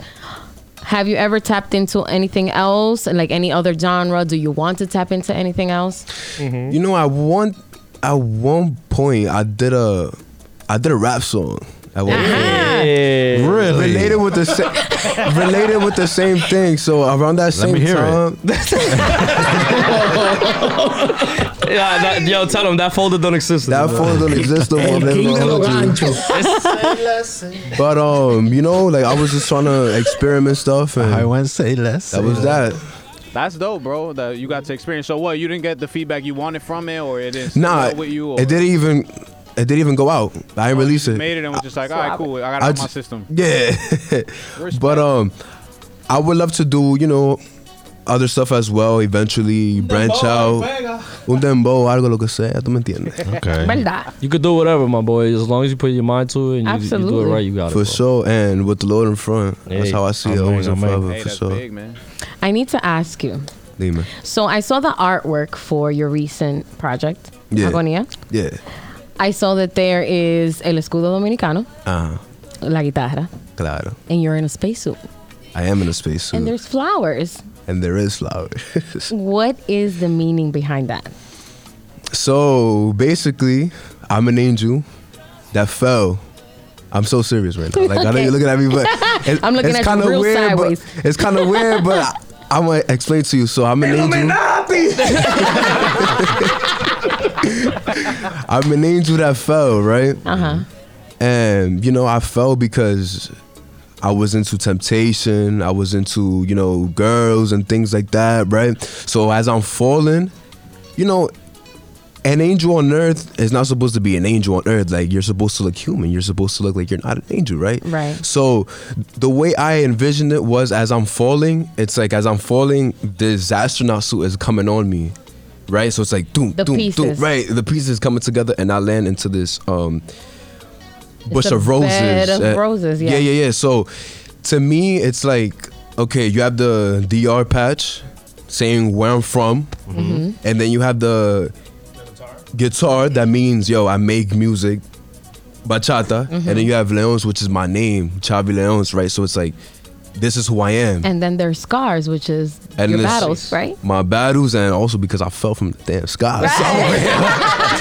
have you ever tapped into anything else, like any other genre? Do you want to tap into anything else?
Mm-hmm.
You know, at one at one point, I did a I did a rap song. At one point.
Yeah.
Really?
Related with the sa- related with the same thing. So around that
Let
same
me hear it.
time,
Yeah, that- yo, tell them that folder don't exist.
that phone don't exist no more.
El
Never
king de
gonna
los
hold you.
ganchos.
But um, you know, like I was just trying to experiment stuff,
I
and
won't say less.
that was that.
That's dope, bro. That you got to experience. So what? You didn't get the feedback you wanted from it, or it didn't sit
Nah,
well with you, or Oh,
it didn't even it didn't even go out. I didn't release it.
made it and was just like, all right, cool. I got it
I
on my
just-
system.
Yeah.
Respect.
but um I would love to do, you know, other stuff as well eventually, branch out. Un dembow, algo lo que sea, tú me entiendes.
Okay.
¿Verdad?
You could do whatever, my boy, as long as you put your mind to it and you, you do it
Absolutely.
right, you got it.
For
bro.
sure, and with the Lord in front, that's
Hey,
how I see it
amen,
always and
amen.
forever.
Hey,
for
that's
sure,
big, man.
I need to ask you.
Dime.
So, I saw the artwork for your recent project,
Yeah.
Agonia.
Yeah,
I saw that there is El Escudo Dominicano,
ah,
La Guitarra,
claro.
and you're in a spacesuit.
I am in a space suit,
And
and,
there's flowers.
there is flowers.
What is the meaning behind that?
so basically, I'm an angel that fell I'm so serious right now. Like I know you're looking at me, but it-
I'm looking
it's
at you
kinda
real
weird,
sideways.
But it's kind of weird, but I, I'm gonna explain to you. So I'm an angel. I'm an angel that fell, right?
Uh huh.
And you know, I fell because I was into temptation. I was into you know girls and things like that, right? So as I'm falling, you know, an angel on earth is not supposed to be an angel on earth. Like you're supposed to look human. You're supposed to look like you're not an angel, right?
Right.
So the way I envisioned it was as I'm falling, it's like as I'm falling, this astronaut suit is coming on me. Right? So it's like doom,
The
doom, doom.
pieces.
Right. The pieces coming together and I land into this um bush
a
of roses.
bed of roses, yeah.
yeah, yeah, yeah. So to me it's like, okay, you have the DR patch saying where I'm from,
Mhm.
and then you have the guitar that means yo I make music bachata and then
Mhm.
you have Leons which is my name Chavi Leons right so it's like this is who I am
And then there's scars, which is
And
your
this-
battles, right?
my battles and also because I fell from the damn sky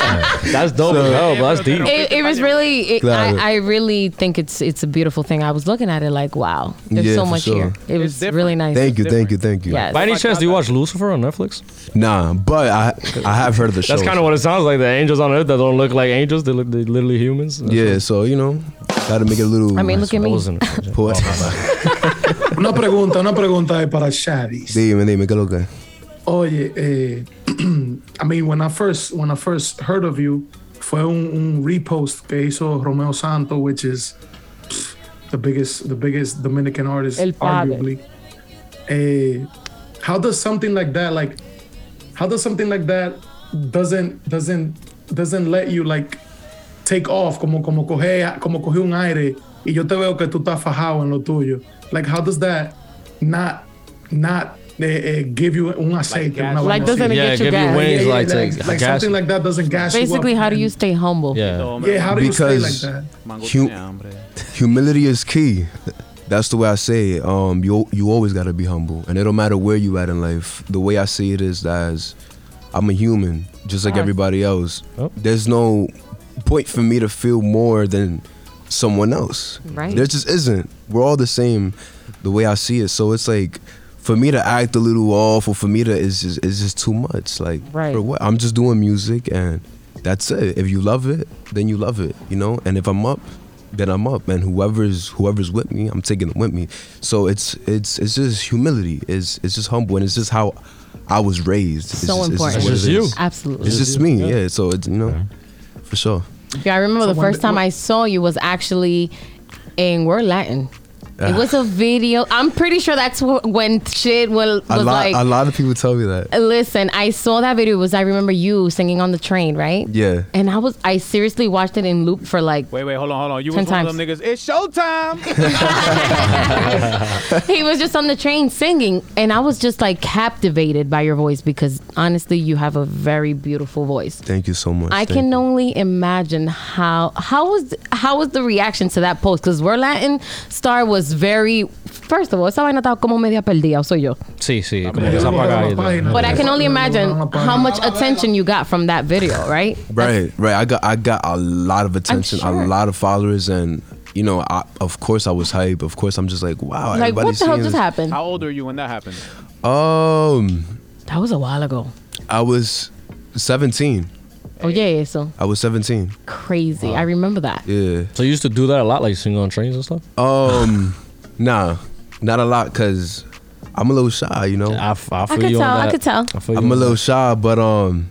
that's dope
as hell, bro. That's deep.
It, it was really. It,
Claro.
I, I really think it's it's a beautiful thing. I was looking at it like, wow, there's
Yeah,
so
for
much
sure.
here. It was really nice.
thank you thank you thank you
Yes.
By any chance, do you watch Lucifer on Netflix?
nah but I I have heard of the show
That's kind of what it sounds like. The angels on earth that don't look like angels; they look they literally humans.
yeah so you know gotta make it a little
I mean, look at me.
poetic
Una pregunta, una pregunta eh, para Shadi.
dime dime que lo que
Oye, eh, I mean, when I first when I first heard of you, fue un, un repost que hizo Romeo Santo, which is pff, the biggest the biggest Dominican artist,
El padre.
arguably. Eh, how does something like that, like, how does something like that doesn't doesn't doesn't let you like take off como como coge como coge un aire y yo te veo que tú estás fajado en lo tuyo. Like, how does that not not eh, eh, give you un aceite? una vaina
Like,
así.
doesn't it Yeah, get you give you gas? wings, like,
like,
like,
like
gas.
something like that doesn't gas you up.
Basically, how do you stay humble?
Yeah.
Yeah, how do you stay like
because
that?
hu- humility is key. That's the way I say it. Um, you you always gotta be humble, and it don't matter where you at in life. The way I see it is that I'm a human, just like
Facts.
everybody else.
Yep.
There's no point for me to feel more than someone else.
Right.
There just isn't. We're all the same, the way I see it. So it's like. For me to act a little off, or for me to it's just it's just too much. Like,
Right.
for what? I'm just doing music, and that's it. If you love it, then you love it, you know. And if I'm up, then I'm up, and whoever's whoever's with me, I'm taking them with me. So it's it's it's just humility. It's it's just humble, and it's just how I was raised. It's
So
just,
important.
what
It's
it
just
is.
you.
Absolutely.
It's just me. Yeah. So it's you know, for sure.
Yeah, I remember
So
the
when
first
the-
time I saw you was actually in Word Latin. It
Ah.
was a video. I'm pretty sure that's wh- when shit was, was
A lot
like.
a lot of people tell me that.
Listen, I saw that video. It was I remember you singing on the train, right?
Yeah.
And I was I seriously watched it in loop for like
Wait, wait, hold on, hold on. You
Ten
was one of them niggas. It's showtime.
he was just on the train singing and I was just like captivated by your voice because honestly you have a very beautiful voice.
Thank you so much.
I
Thank
can only imagine how how was how was the reaction to that post because Word Latin Star was very first of all esa vaina estaba como media perdida soy yo
Sí, sí. Como
Yo
que se
no me
apaga
daba
ahí.
página.
but I can only
Yo no me
imagine
daba página.
how much attention you got from that video right
Right, right. I got I got a lot of attention,
sure.
a lot of followers, and you know, I, of course I was hype. Of course, I'm just like, wow.
like what
everybody's
the hell
seeing
just
this.
happened
How old are you when that happened?
Um,
that was a while ago
I was 17.
oh yeah so
I was 17.
crazy I remember that
Yeah.
So you used to do that a lot, like sing on trains and stuff.
Um, nah, not a lot, cause I'm a little shy. You know,
I, f- I,
I
feel
could
you
tell
on
I
that.
could tell
I feel you
I'm a
on
little
that.
shy, but um,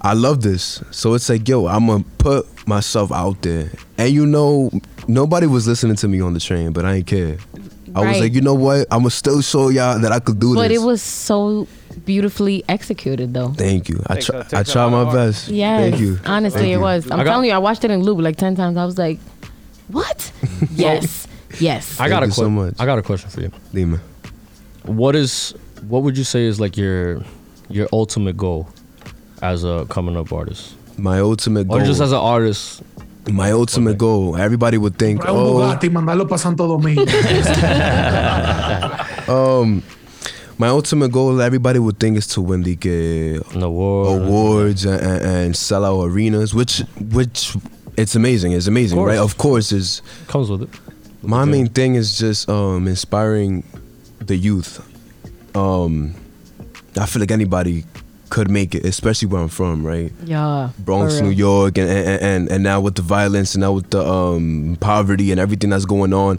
I love this. So it's like, yo, I'm gonna put myself out there, and you know, nobody was listening to me on the train, but I ain't care. I was
Right.
like, you know what? I'm gonna still show y'all that I could do
but
this.
it was so beautifully executed though
Thank you. I
Takes
try,
a-
I
takes a
tried
lot
my
of work.
best.
Yeah.
Thank you.
Honestly,
Thank
it
you.
was. I'm
I got-
telling you, I watched it in loop like ten times. I was like, "What? yes, yes."
I got a
Thank you so
question.
much.
I got a question for you.
Demon.
What is what would you say is like your your ultimate goal as a coming up artist,
My ultimate goal.
or just as an artist?
my ultimate goal. Everybody would think,
Comprar un
oh,
Bugatti y mandarlo para Santo Domingo.
um, my ultimate goal. Everybody would think is to win the uh,
An award.
awards and, and, and sell out arenas, which which it's amazing. It's amazing,
course.
right? Of course, is
comes with it.
My main thing is just um, inspiring the youth. Um, I feel like anybody could make it, especially where I'm from, right?
Yeah.
Bronx,
for
New
real.
York, and and, and and now with the violence and now with the um, poverty and everything that's going on,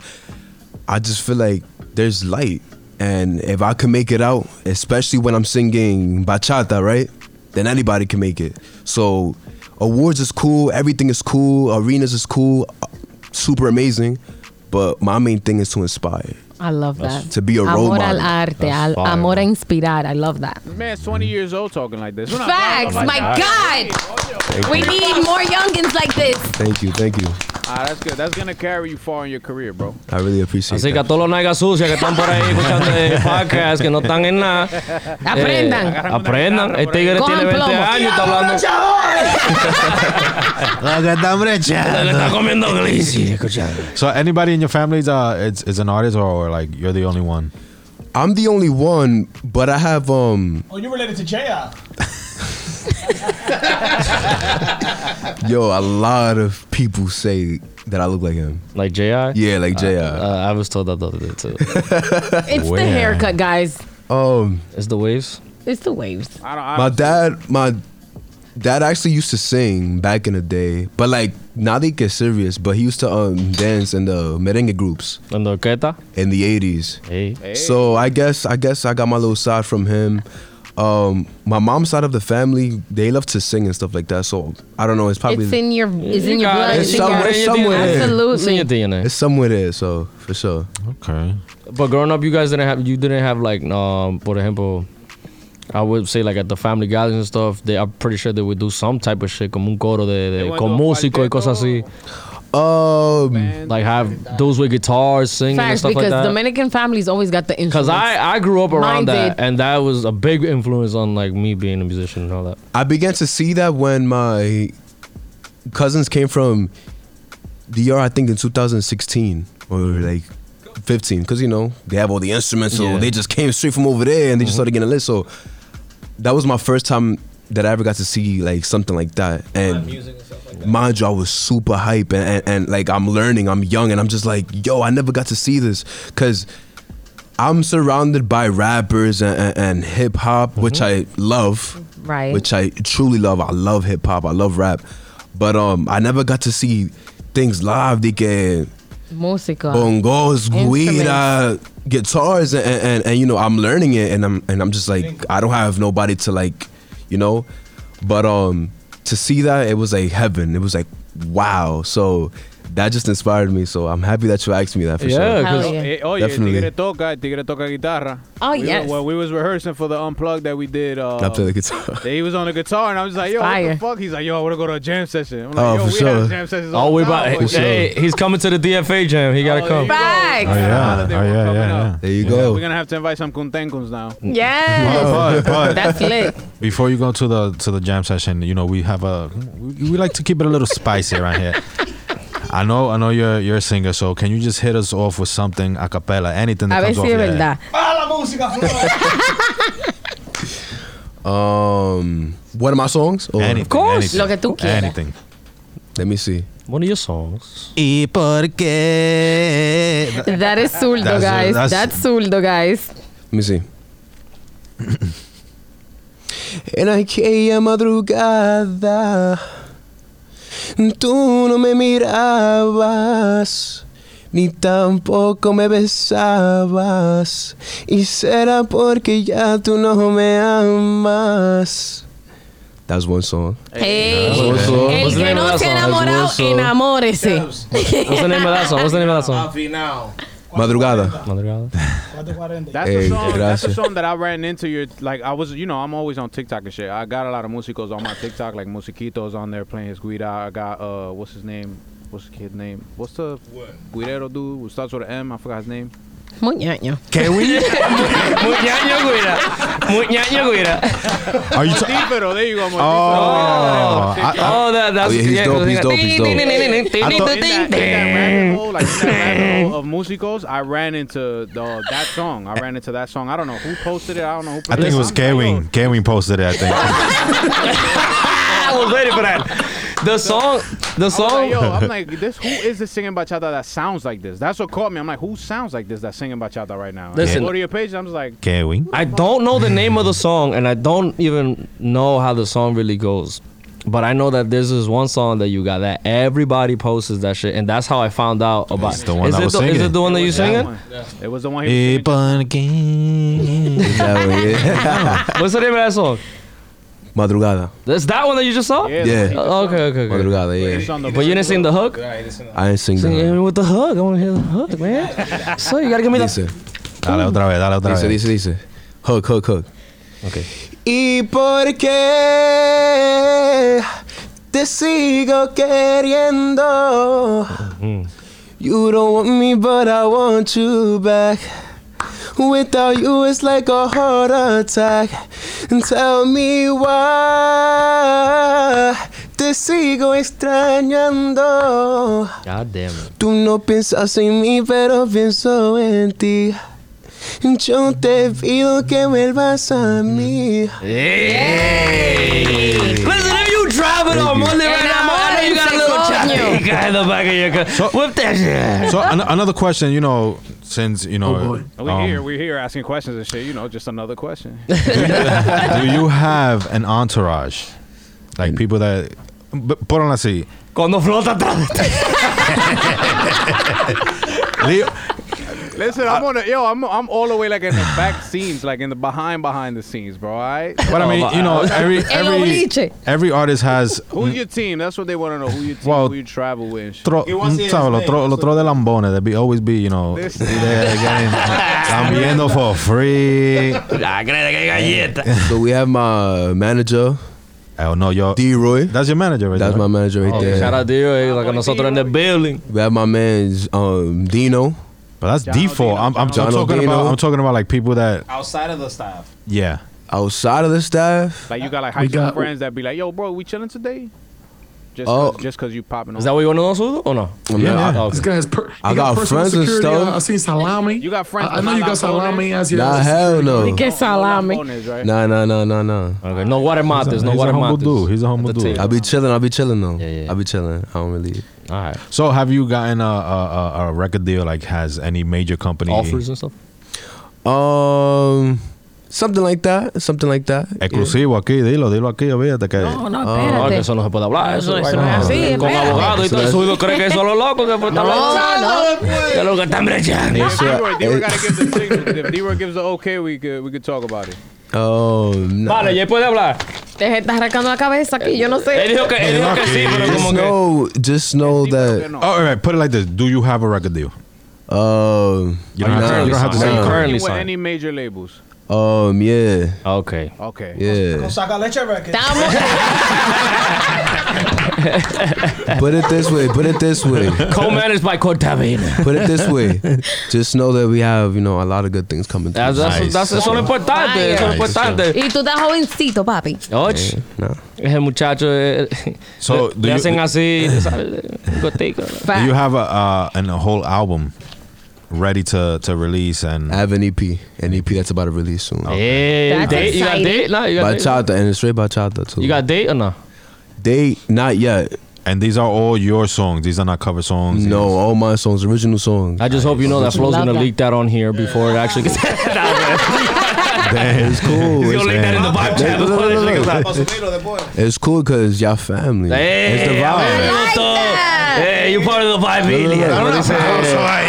I just feel like there's light. And if I can make it out, especially when I'm singing bachata, right? Then anybody can make it. So awards is cool, everything is cool, arenas is cool, uh, super amazing. But my main thing is to inspire.
I love
That's-
that.
to be a role
amor al
model.
arte,
That's
al,
fire,
amor a inspirar. I love that.
Man's 20 years old talking like this. We're not
Facts,
talking
my
like that.
God. We need more youngins like this.
Thank you, thank you.
Ah, that's good. That's gonna carry you far in your career, bro.
I really appreciate
Así que a todos los nalgas sucias que están por ahí escuchando el podcast, que no están en nada.
Aprendan.
eh, aprendan. El tigre
Cojan
tiene 20
plomo.
años y está hablando.
Look at them rich.
Le está comiendo glizzy, escuchando.
So anybody in your family's uh, is, is an artist or, or, like you're the only one?
I'm the only one, but I have um
Oh, you related to J.R.
yo a lot of people say that I look like him.
Like J.I.
Yeah, like Jr.
I was told that the other day too.
It's the haircut, guys.
Um,
it's the waves.
It's the waves.
I don't.
My dad, my dad actually used to sing back in the day, but like now they get serious. But he used to um dance in the merengue groups.
In the orquesta.
In the eighties.
Hey.
So I guess I guess I got my little side from him. Um, my mom's side of the family, they love to sing and stuff like that. So I don't know. It's probably
It's in your, it's in your
got
blood.
it.
It's
in your-
somewhere, it's somewhere.
Absolutely.
It's somewhere there. So for sure.
Okay.
But growing up, you guys didn't have you didn't have like um, for example, I would say like at the family gatherings and stuff. They, I'm pretty sure they would do some type of shit, como un coro de, de con músico y cosas así.
Um,
like have dudes with guitars singing and
Facts,
stuff like
because
that.
Dominican families always got the instruments.
Cause I, I grew up
Mine
around that,
did.
and that was a big influence on like me being a musician and all that.
I began to see that when my cousins came from DR, I think in 2016 or like 15, because you know they have all the instruments, so
Yeah.
they just came straight from over there and they just started getting lit. So that was my first time that I ever got to see like something like that. And mind you, I was super hype and, and, and like I'm learning, I'm young, and I'm just like, yo, I never got to see this because. I'm surrounded by rappers and, and, and hip hop, which I love.
Right.
Which I truly love. I love hip hop. I love rap. But um, I never got to see things live. They get
Música.
bongos,
Instruments.
guira, guitars, and, and, and, and you know I'm learning it, and I'm and I'm just like I don't have nobody to like, you know, but um to see that it was like heaven. It was like wow. So that just inspired me. So I'm happy that you asked me that for sure.
Oh, eh, oh, yeah, Tigre toca, Tigre toca guitarra.
Oh,
we
yes.
Were, well, we was rehearsing for the unplug that we did. Uh,
I play the guitar.
He was on the guitar, and I was like, "Yo,
Fire.
what the fuck?" He's like, "Yo, I want to go to a jam session." I'm like,
Oh,
"Yo,
for
we
sure.
have jam sessions."
Oh,
all
we
the time,
about
but-
hey, he's coming to the DFA jam. He gotta come.
Facts.
Oh yeah. Oh yeah. Yeah. yeah.
There you
Yeah, we're gonna have to invite some contencuns now.
Yes.
But, but
That's lit.
before you go to the to the jam session, you know we have a we, we like to keep it a little spicy around here. I know I know you're you're a singer, so can you just hit us off with something a cappella, anything
A
that
ver
comes
si
off
es
your head?
verdad.
Um, one of my songs? Or?
Anything, Of course. anything.
Lo que tú quieras.
Anything.
Let me see.
One of your songs.
Y porque
That is Zuldo,
That's-
guys.
that's-
That's, Zuldo, guys.
Let me see. En aquella madrugada, tú no me mirabas, ni tampoco me besabas, y será porque ya tú no me amas. That's one song.
Hey.
That's one song.
El
What's the
que
name of
no
that
se ha
song? That's
enamorado,
Wilson.
enamórese.
What's the name of that song? What's the name of that song?
Madrugada.
Madrugada.
That's
Hey,
a song. That's a
gracias.
song that I ran into. Your like, I was, you know, I'm always on TikTok and shit. I got a lot of musicos on my TikTok, like Musiquitos on there playing his Guida. I got uh, what's his name? What's the kid's name? What's the Guidero dude? Who starts with an M? I forgot his name.
Muñaño.
Can we?
Muñaño güira. Muñaño güira.
Are you? ta-
Mortífero, there you go. Mortífero.
Oh, I- I-
Oh, that, that's
Oh, yeah, he's
yeah,
dope, he's dope, he's dope.
I
In
thought-
that, in that rabbit hole, like in that rabbit hole of musicos, I ran into the, that song. I ran into that song. I don't know who posted it. I don't know who
I
posted
think it was
I'm like, yo,
K-Wing. K-Wing posted it. I think.
I was ready for that. the song,
I
the
was
song.
like, yo, I'm like, this. Who is this singing bachata that sounds like this? That's what caught me. I'm like, who sounds like this? That's singing bachata right now. And I
Listen.
go to your page. and I'm just like,
Can we?
I don't know the name of the song, and I don't even know how the song really goes. But I know that there's this one song that you got that everybody posts that shit, and that's how I found out about.
It's the one
is,
I
it
was
the, is
singing.
it the one that you
that
singing?
one. It was the one. He
Hey, born again.
What's the name of that song?
Madrugada.
That's that one that you just saw.
Yeah.
Yeah.
Oh, okay, okay, okay.
Madrugada, yeah.
on the
But you didn't sing the hook.
I ain't sing
Sing
that.
it with the hook. I want to hear the hook, man. so you gotta give me the.
Dice,
Dale otra vez, dale otra
dice,
vez.
dice, dice. Hook, hook, hook.
Okay.
¿Y por qué te sigo queriendo? You don't want me, but I want you back. Without you, it's like a heart attack. And tell me why te sigo extrañando.
God damn it.
Tú no piensas en mí, pero pienso en ti. Yo te pido que vuelvas a mí.
Listen, if you driving on Monday right
And
now, I know you got a little
I'm
chopstick guy in the back of your car. Whip that shit.
So an- another question, you know, since you know,
Oh, We
um,
here, we're here asking questions and shit. You know, just another question.
do you have an entourage, like people that, but put on así,
Mm. Cuando flota, tra-
Leo,
Listen, I'm on. A, yo, I'm I'm all the way like in the back scenes, like in the behind behind the scenes, bro. All right.
but I
Oh,
mean, you know, every
Eloise.
every every artist has.
Who's your team? That's what they want to know. Who your team?
Well-
who you travel with? And shit.
Throw, ¿sabes? Lo throw, lo throw de lambones. They be always be, you know,
This-
there getting lambiendo for free.
Ah, créete que hay galleta.
So we have my manager,
Oh no, yo,
D Roy.
that's your manager, right?
That's
there,
my
right?
manager right there.
Shout out to you, eh, like nosotros en the building.
We have my man um, Dino.
But that's
John
default.
Odino,
I'm, I'm,
John
I'm talking
Odino.
about. I'm talking about like people that.
Outside of the staff.
Yeah.
Outside of the staff,
Like you got like high school
got-
friends that be like, yo, bro, we chilling today. Just
Oh.
'cause- just cause you popping
Is that
on.
what you want to know, Sudo, or no?
yeah.
Oh,
This
okay.
guy has per-
I
he
got
personal
friends and
security. uh,
stuff.
I, I seen salami.
You got friends
I, I
with
know you got
jalapenos?
salami as your.
nah, hell no.
Get salami.
Lambones, right?
Nah, nah, nah, nah, nah.
Okay. No water mates.
He's a-
No
he's a
water
humble
mates.
dude. He's a humble
At the
dude.
table.
I'll be chilling. I'll be chilling though.
Yeah, yeah.
I'll be chilling. I don't really.
All right.
So have you gotten a, a, a- a record deal? Like, has any major company
Offers and stuff.
Um, something like that. Something like that.
exclusivo aquí? Dilo, dilo aquí, olvídate que.
No,
Ah.
no,
No, Ah, que eso
espérate.
no se puede hablar. Eso,
Eso-
vaina.
eso no es así,
Con
espérate.
abogado y todo.
Eso
Sudo cree que eso es lo loco que pues, está hablando. Que lo que están brechando.
It's, uh,
D-Roy, D-Roy
it-
gotta give the signal. If D-Roy gives the okay, we could we could talk about it.
Oh, no.
Vale, ya puede hablar.
Te estás arrancando la cabeza aquí, yo no
Él
sé.
dijo que, él dijo que sí, pero
Just
como que.
know, just know that.
Oh, all right. Put it like this: Do you have a record deal?
Um,
You don't, have, to,
nah,
you don't have to say.
signed?
nah.
Currently
With
signed.
any major labels.
Um, yeah,
Okay.
Okay.
yeah.
Saca leche record.
Estamos
put it this way. Put it this way.
Co-managed by Cortavina.
Put it this way. Just know that we have, you know, a lot of good things coming. through.
That's, that's,
Nice.
that's, eso es lo importante. Eso es lo
Nice.
importante.
y tú estás jovencito, papi.
Oye,
Nah.
ese muchacho. eh,
So,
le-
do
le
you-
hacen así, ¿sabes? Gotico.
Do
Fact.
you have a uh, an, a whole album ready to to release? And
I have an EP, an EP that's about to release soon.
Hey,
That's
date, you got
exciting.
date? No, you got date.
Bachata and it's straight bachata too.
You got date or no?
they not yet.
and these are all your songs. These are not cover songs.
No, all my songs, original songs.
I just hope you know that Flo's
Love
gonna
that.
leak that on here before it actually gets.
It's cool.
He's
it's,
gonna leak that in the vibe chat
Look,
before
look,
this
look,
nigga's
look.
out.
it's cool because y'all family.
Hey,
it's the
a ver,
vibe.
me gustó. Hey, you part of the familia. como dice.
Sorry, sorry.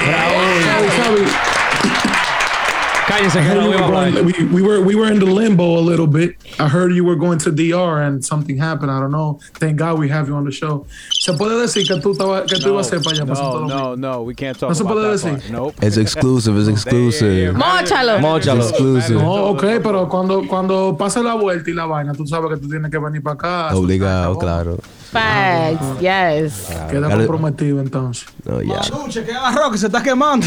Cállense,
I
que
heard
no
you
voy a
were
hablar.
going- we, we were we were in the limbo a little bit. I heard you were going to DR and something happened. I don't know. Thank God we have you on the show. Se puede decir que tú estaba- que tú
No,
ibas a ser para allá para Santo
no,
Domingo?
no, no, we can't talk
No se
about
puede
that part.
decir.
Nope.
It's exclusive. It's exclusive.
Móchalo.
Móchalo.
Exclusive.
No, ok, pero cuando, cuando pase la vuelta y la vaina, tú sabes que tú tienes que venir para acá.
Oh,
eso
Obligado,
está acabado.
claro.
Facts, yes.
Queda
Dale.
comprometido entonces.
No, yeah.
Luche, que agarró, que se está quemando.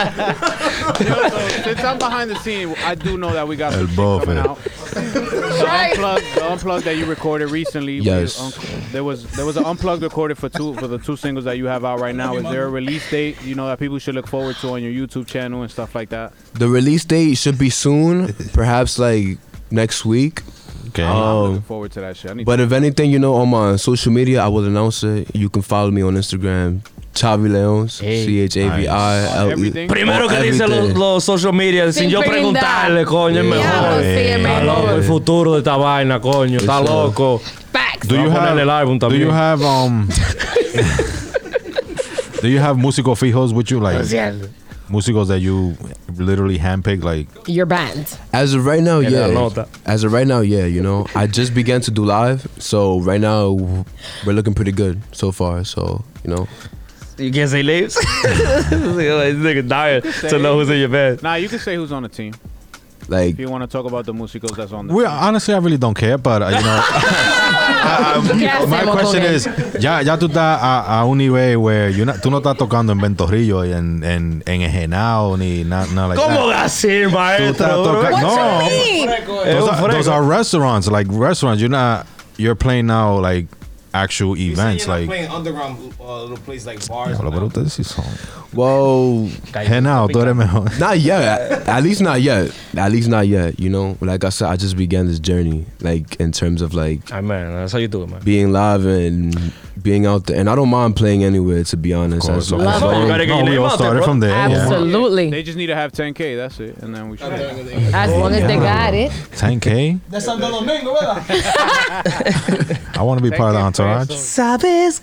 Since I'm behind the scene, I do know that we got
El
some shit
bofe.
coming out. The unplugged, the unplugged that you recorded recently. we-
Yes.
un- there was there was an unplugged recorded for two for the two singles that you have out right now. Is there a release date you know that people should look forward to on your YouTube channel and stuff like that?
The release date should be soon, perhaps like next week. Um,
Okay.
I'm looking forward to that shit. I need
But
to-
if anything, you know, on my social media, I will announce it. You can follow me on Instagram, Chavi Leones, C H A V I L E.
Everything?
Primero que dice los los social media, sin
Sin
yo
preguntar.
preguntarle, coño, es
Ya
mejor.
lo sé, es
Está
mejor.
loco el futuro de esta vaina, coño, está
Eso.
loco.
Facts.
Do
Voy
you
a
have
ponerle el álbum
Do
también.
you have um? do you have músicos fijos with you, like músicos that you literally handpick, like?
Your band.
As of right now,
Que la
yeah.
nota.
As of right now, yeah. You know, I just began to do live, so right now we're looking pretty good so far. So you know,
You can't say names. This nigga dying to know who's in your bed.
Nah, you can say who's on the team.
like
If you want to talk about the musicos that's on the
We honestly, I really don't care, but uh, you know.
¿Qué
My
hacemos con
question
él?
is, ya, ya tú estás a, a un nivel where you're not- tú no estás tocando en Ventorrillo, en, en, en Engenao, ni nada na, like
¿Cómo
that.
va a ser,
Tú estás
maestro? bro?
tocando-
What
no,
you mean?
Es
those
un
are, those
fresco.
are restaurants, like restaurants. You're not, you're playing now like actual events, like.
underground uh, little place like bars.
Habla por ustedes sí son.
well,
Engenao, tú eres mejor.
not yet. At least not yet. At least not yet. You know, like I said, I just began this journey, like in terms of like
Ay, Ah, man, that's how you do it, man.
being live and being out there. And I don't mind playing anywhere, to be honest.
course,
As-
of
as
course.
long-
You gotta get
No,
your
we
name
all
out there,
started
bro.
from there. yeah.
They
Absolutely.
just need to have 10k. That's it, and then we should.
As long as they got it.
10K?
That's Santo Domingo, ¿verdad?
I want to be part of the entourage.
Sabes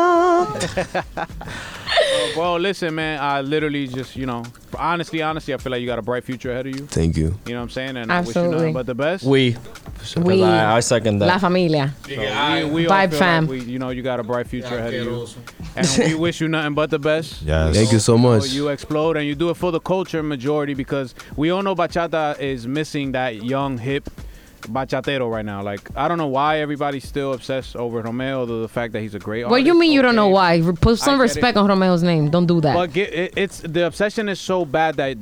que no. Uh, well, listen, man. I literally just, you know, honestly, honestly, I feel like you got a bright future ahead of you.
Thank you.
You know what I'm saying? And I wish you
Absolutely.
nothing but the best.
We.
We.
I, I second that.
La familia.
So we, we all
Vibe
feel
fam.
Like we, you know, you got a bright future ahead of you, and we wish you nothing but the best.
Yes.
Thank you so
So
much.
you explode and you do it for the culture majority because we all know bachata is missing that young hip bachatero right now. Like I don't know why everybody's still obsessed over Romeo, the, the fact that he's a great
What
artist.
you mean you don't know
okay.
why? Put
I
some
get
respect on Romeo's name. Don't do that.
But get, it, it's the obsession is so bad that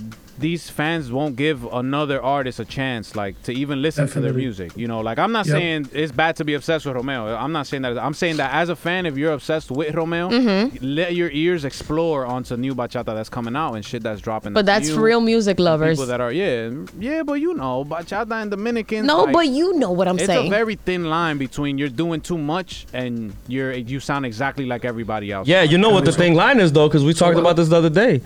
these fans won't give another artist a chance, like to even listen to their
Definitely.
music. You know, like I'm not
Yep.
saying it's bad to be obsessed with Romeo. I'm not saying that. I'm saying that as a fan, if you're obsessed with Romeo,
Mm-hmm.
let your ears explore onto new bachata that's coming out and shit that's dropping.
But that's
new.
real music lovers.
People that are yeah, yeah, but you know, bachata and Dominicans.
No,
like,
but you know what I'm
it's a
saying.
very thin line between you're doing too much and you're you sound exactly like everybody else.
Yeah, you know what the thing line is though, because we talked about this the other day.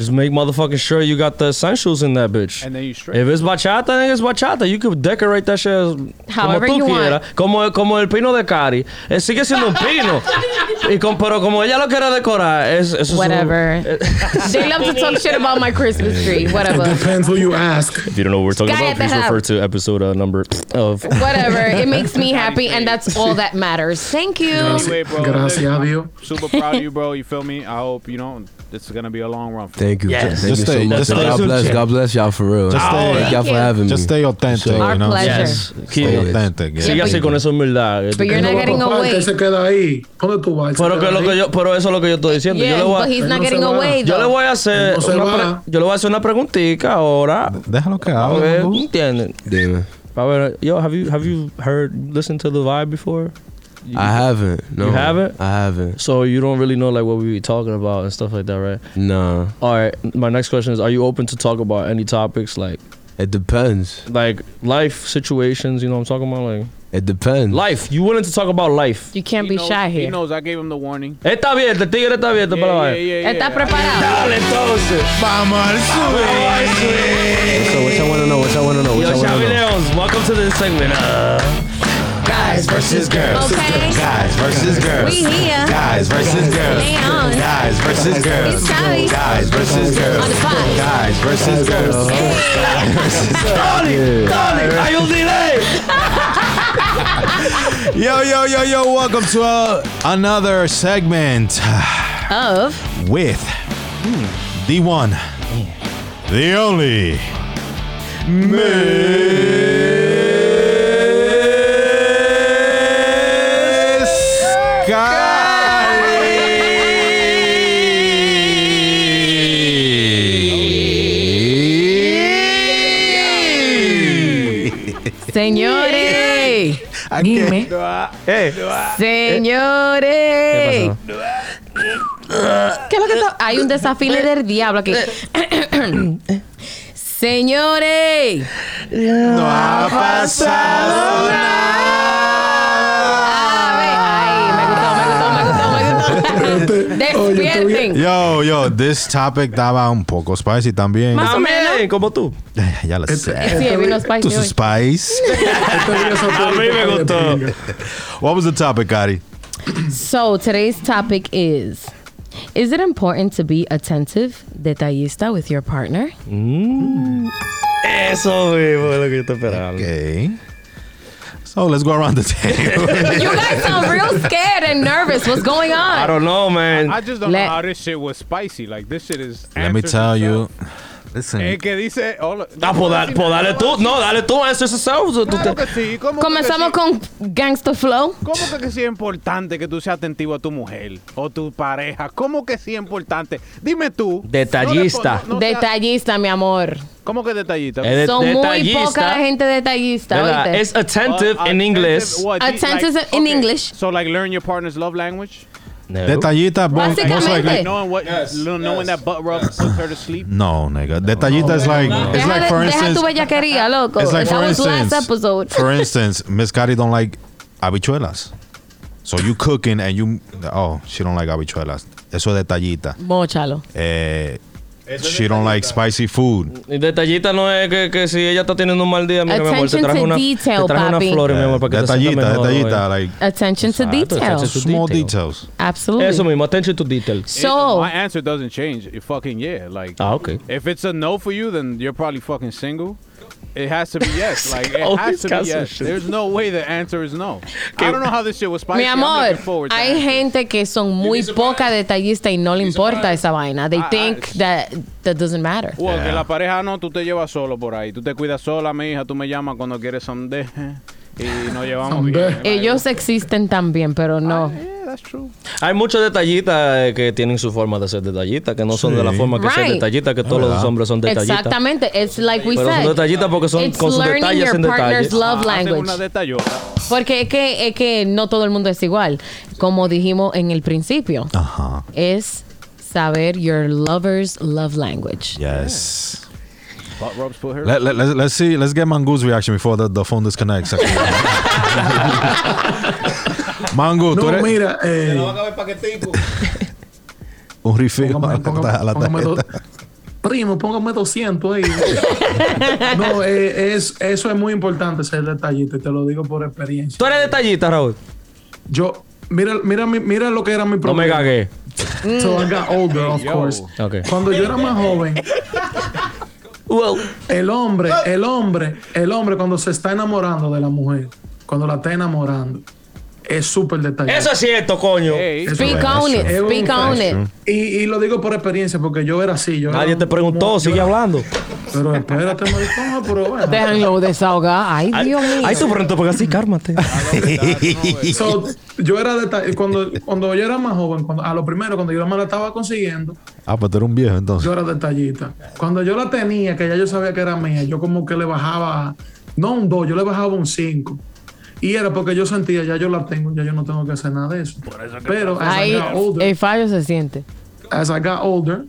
Just make motherfucking sure you got the essentials in that bitch.
and then you straight.
if it's bachata, then it's bachata. You could decorate that shit as-
However
como tú
you want.
quieras. Como, como el pino de Cari. Eh, sigue siendo un pino. y con, pero como ella lo quiera decorar, es, eso es un-
Whatever. they love to talk shit about my Christmas tree. Whatever.
Depends who you ask.
If you don't know what we're talking
Sky
about,
at the
please
hub.
refer to episode uh, number of.
Whatever. It makes me happy, and that's all that matters. Thank you.
Gracias,
Anyway, bro,
gracias a Dios.
super proud of you, bro. You feel me? I hope you know this is gonna be a long run. For
Thank you.
Yes.
Thank
Just
you so
stay-
much.
just
And
stay-
God bless. God bless y'all for real.
Just stay-
Thank y'all
Thank you.
for having
Just
me.
stay authentic,
Our
you know?
pleasure.
Yes. Keep
Stay
it.
authentic. yeah.
Sigue así con esa humildad.
But you're
No
not
va
getting
pa' parte,
away.
él se queda ahí. ¿Dónde tú vas? Él se
Pero, que
queda
lo que
ahí.
yo, pero eso es lo que yo estoy diciendo.
Yeah,
yo le voy a-
but he's
Él
not
no
getting
se va.
away
Yo le
though.
voy a hacer
No se
una
va.
pre- yo le voy a hacer una preguntita ahora.
Déjalo que
A
hable.
ver,
boo.
¿entienden?
Damn.
A ver, yo, have you have you heard listened to the vibe before?
I haven't. No.
You haven't?
I haven't.
So you don't really know like what we be talking about and stuff like that, right?
Nah.
All right. My next question is: Are you open to talk about any topics like
It depends.
like life situations? You know what I'm talking about? Like
It depends.
life. You willing to talk about life?
You can't
He
be
knows-
shy
He
here.
knows I gave him the warning.
Está abierta, tigre está abierta para la
Yeah, yeah,
vaina.
yeah,
Está
yeah.
preparado.
Dale entonces.
So what y'all wanna know? What y'all wanna know? What
Yo,
y'all wanna
Xavi
know?
Leons, welcome to this segment. Uh,
Guys versus girls.
Okay.
Guys versus girls.
We here.
Guys versus girls.
Stay on.
Guys versus girls.
It's Xavi.
Guys versus
On the
girls.
pod.
Guys versus girls.
Tony, Tony, hay un delay.
Yo, yo, yo, yo. Welcome to uh, another segment
Of
with the one, the only.
Eh.
Miss
señores. Dime. Señores. ¿Qué es lo que está? Hay un desafío del diablo aquí. Señores.
No ha pasado
Despierten.
Yo, yo, this topic estaba un poco spicy también.
Más o menos.
Como tú.
Ah, ya lo sé.
Sí, vino spicy
Tú sos
hoy.
spice. Este
A mí me gustó.
What was the topic, Gotti?
So today's topic is: Is it important to be attentive, detallista, with your partner?
Mm. Eso mismo es lo que yo te esperaba.
Okay. So let's go around the table.
you guys sound real scared and nervous. What's going
I
on?
don't know, man.
I just don't
Let-
know how this shit was spicy. Like this shit is.
Let me
answers
tell you.
itself. Eh,
Listen,
que dice. hola-
Ah, pues, da- pues dale tú. No, dale tú. Answer yourself. Tú te-
Claro que sí. ¿Cómo que
Comenzamos
sí?
con Gangsta Flow.
¿Cómo que, que sí es importante que tú seas atentivo a tu mujer o tu pareja? ¿Cómo que sí es importante? Dime tú.
Detallista.
No le pon- no- no seas-
Detallista, mi amor.
¿Cómo que detallista?
Eh, de-
Son muy
detallista,
poca la gente detallista,
¿verdad?
¿oíste?
Es attentive
Uh,
in English.
what, do you-
Attentive in English.
So like learn your partner's love language.
No.
detallita, mo-
Básicamente.
most likely.
Hey.
Knowing what, lo- knowing that butt rub puts her to sleep.
No, nigga. Detallita is like, it's
deja
like
de-
for
deja
instance,
tu bellaquería, loco.
it's like
that
for
was
instance,
last episode.
for instance, Miss Gotti don't like habichuelas. So you cooking and you, oh, she don't like habichuelas. Eso es detallita.
Móchalo.
Eh, she don't like spicy food.
Y detallita no es que, que si ella está teniendo un mal día, mira, mi amor, te
Attention
trajo
to
una,
detail,
te trajo una
papi.
flor, mi amor, para que te sientas
detallita,
mejor.
detallita, like
Attention to
Exacto,
detail.
attention to-
small
detail.
details.
Absolutely.
Eso mismo, attention to detail.
It-
So,
my answer doesn't change. It fucking yeah. Like
Ah, okay.
if it's a no for you, then you're probably fucking single. It has to be yes. Like it has
Always
to be
cancel
yes.
shit.
There's no way the answer is no. I don't know how this shit was spicy.
mi
I'm
amor,
looking forward to
hay
answers.
gente que son muy poca detallista y no le importa esa vaina. They
Ah, ah,
think
es-
that that doesn't matter.
Well, que
Yeah.
la pareja no, tú te llevas solo por ahí. Tú te cuidas sola, mi hija. Tú me llamas cuando quieres someday. Y nos llevamos bien. Like,
Ellos existen también, pero no.
Yeah, that's true.
Hay muchos detallitas eh, que tienen su forma de ser detallistas, que no son de la
Sí.
forma que
Right.
son detallistas, que todos los
Ah,
verdad.
hombres son detallistas.
Exactamente. It's like we
Pero son
said.
detallistas porque son
It's
con sus
learning
detalles
your
en
partner's
detalles.
Ah,
love
hacen
language.
una detallota.
Porque es que, es que no todo el mundo es igual. Como dijimos en el principio,
Ajá.
es saber your lover's love language.
Yes.
Butt rubs put her.
Let, let, let's, let's see. Let's get Mangu's reaction before the, the phone disconnects. Mangu, tú
No,
eres
mira, eh,
un refill.
póngame,
Está a
póngame-
la
póngame do-
tarjeta.
primo, póngame 200 ahí. no, eh, es, eso es muy importante, ser detallista, y te lo digo por experiencia.
Tú eres detallista, Raúl.
Yo, mira, mira, mi- mira lo que era mi
No
problema. Mm.
me cagué.
So I got older, of course.
Okay.
Cuando yo era más joven,
Wow.
el hombre, el hombre, el hombre cuando se está enamorando de la mujer, cuando la está enamorando, es súper detallista.
Eso es cierto, coño.
Hey,
Eso
Speak
es.
on it.
Es un
Speak on it.
Y, y lo digo por experiencia, porque yo era así. Yo
Nadie
era
te preguntó,
muy-
sigue hablando.
Pero espérate, maricón, ah, pero bueno.
Déjenlo desahogar. Ay, Dios mío.
Ay, tú pronto, porque así, cármate.
So, yo era deta- cuando, cuando yo era más joven, cuando- a lo primero, cuando yo me la estaba consiguiendo,
Ah, pues tú eres un viejo entonces.
yo era detallista. Cuando yo la tenía, que ya yo sabía que era mía, yo como que le bajaba, no un 2, yo le bajaba un 5. Y era porque yo sentía, ya yo la tengo, ya yo no tengo que hacer nada de eso. Pero as I
Ahí
got older,
el fallo se siente.
as I got older,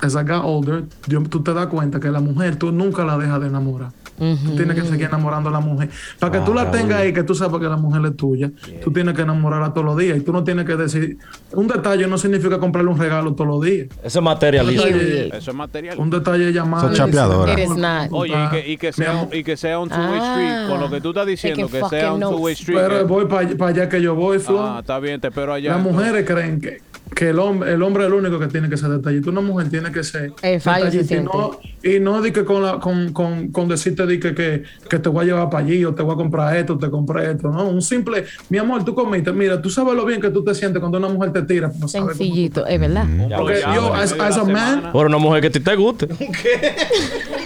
as I got older, yo- tú te das cuenta que la mujer, tú nunca la dejas de enamorar. Tú tienes que seguir
Mm.
enamorando a la mujer. Para que
Ah,
tú la tengas ahí, que tú sepas que la mujer es tuya, tú tienes que enamorarla todos los días. Y tú no tienes que decir. Un detalle no significa comprarle un regalo todos los días.
Eso es materialista.
Period.
Eso es material.
Un detalle llamado.
Son chapeadoras.
It is not.
Oye, y que, y que
Mi
sea,
amor,
y que sea un two-way
Ah,
street. Con lo que tú estás diciendo,
taking
que sea un
fucking
two-way
notes.
street.
Pero
que-
voy para allá que yo voy, Flo.
ah, está bien, te espero allá.
Las
entonces.
mujeres creen que, que el, hombre, el hombre es el único que tiene que ser detallista. Una mujer tiene que ser
Eh, fallo se
detallista. Y no, y no di que con, la, con, con, con decirte di que, que, que te voy a llevar para allí o te voy a comprar esto, te compré esto. No, un simple, mi amor, tú comiste. Mira, tú sabes lo bien que tú te sientes cuando una mujer te tira. no sabes cómo-
Sencillito, es verdad.
Porque
Ya,
yo, as,
en medio
as
de
a
la
man,
semana.
Por una mujer que a ti te guste.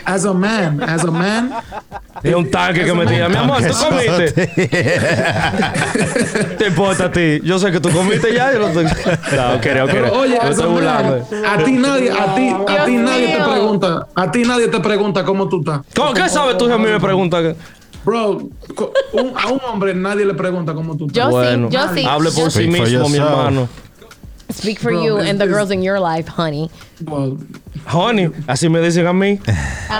as a man, as a man,
Es un tanque que me diga, mi amor, ¿tú comiste? ¿Te importa a ti? Yo sé que tú comiste ya. Yo no estoy... No, quería, quería.
Pero, oye,
Yo estoy
Adonai,
burlando.
a ti nadie, a ti,
Dios
a ti nadie te
mío.
pregunta, a ti nadie te pregunta cómo tú estás.
¿Cómo- ¿Qué sabes tú si a mí me preguntas? que-
Bro, co- un- a un hombre nadie le pregunta cómo tú estás.
Yo
Bueno,
sí, yo sí.
hable por sí
Speak for
mismo, mi
yourself.
hermano.
Speak for
Bro,
you
it's-
and the
it's-
girls in your life, honey.
Honey, así me dicen a
I
mí.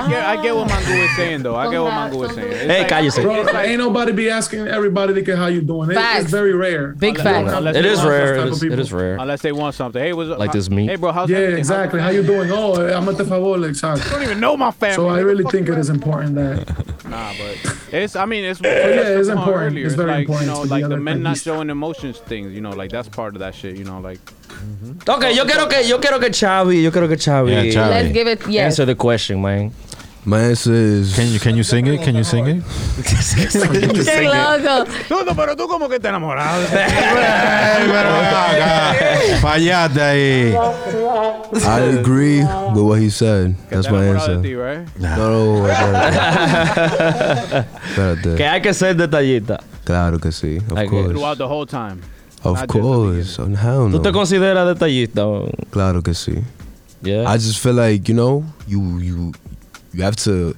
get, I get what Mangu is saying, though. I get what Mangu is saying. It's
Hey,
like-
cállese.
Bro,
it's like-
ain't nobody be asking everybody like, how you doing. It-
Facts.
it's very rare.
Big
Unless-
facts.
unless
It
you
is
want those type
rare. It
of
is, it
people.
is rare.
Unless they want something. Hey, what's up?
Like this meat.
Hey, bro, how's
Yeah,
everything? How's-
exactly. How you doing? Oh, I'm at the favor,
I don't
exactly.
even know my family.
So I
Nigga,
really
fuck
think
you
it is important that
Nah, but it's. I mean, it's.
Oh, yeah, it's
come on
important.
earlier.
It's very
like,
important
You know,
to be
like the
honest,
men
like,
not
he's-
showing emotions things. You know, like that's part of that shit. You know, like
Ok, yo quiero que, yo quiero que Xavi, yo quiero que Xavi.
Yeah, Xavi.
Let's give it yes.
Answer the question, man.
My answer is
Can you can you sing it? Can you sing it?
Qué loco.
Todo, pero tú como que te enamorado.
Fallate ahí.
I agree with what he said. That's my answer.
Ti, right?
No, no, espérate.
Que
Espérate.
hay que ser detallista.
Claro que sí. Of
Like,
course.
Throughout the whole time.
Of
not just at the
course. Oh, Hell
¿Tú te
no.
consideras detallista? man?
Claro que sí.
Yeah.
I just feel like you know you you you have to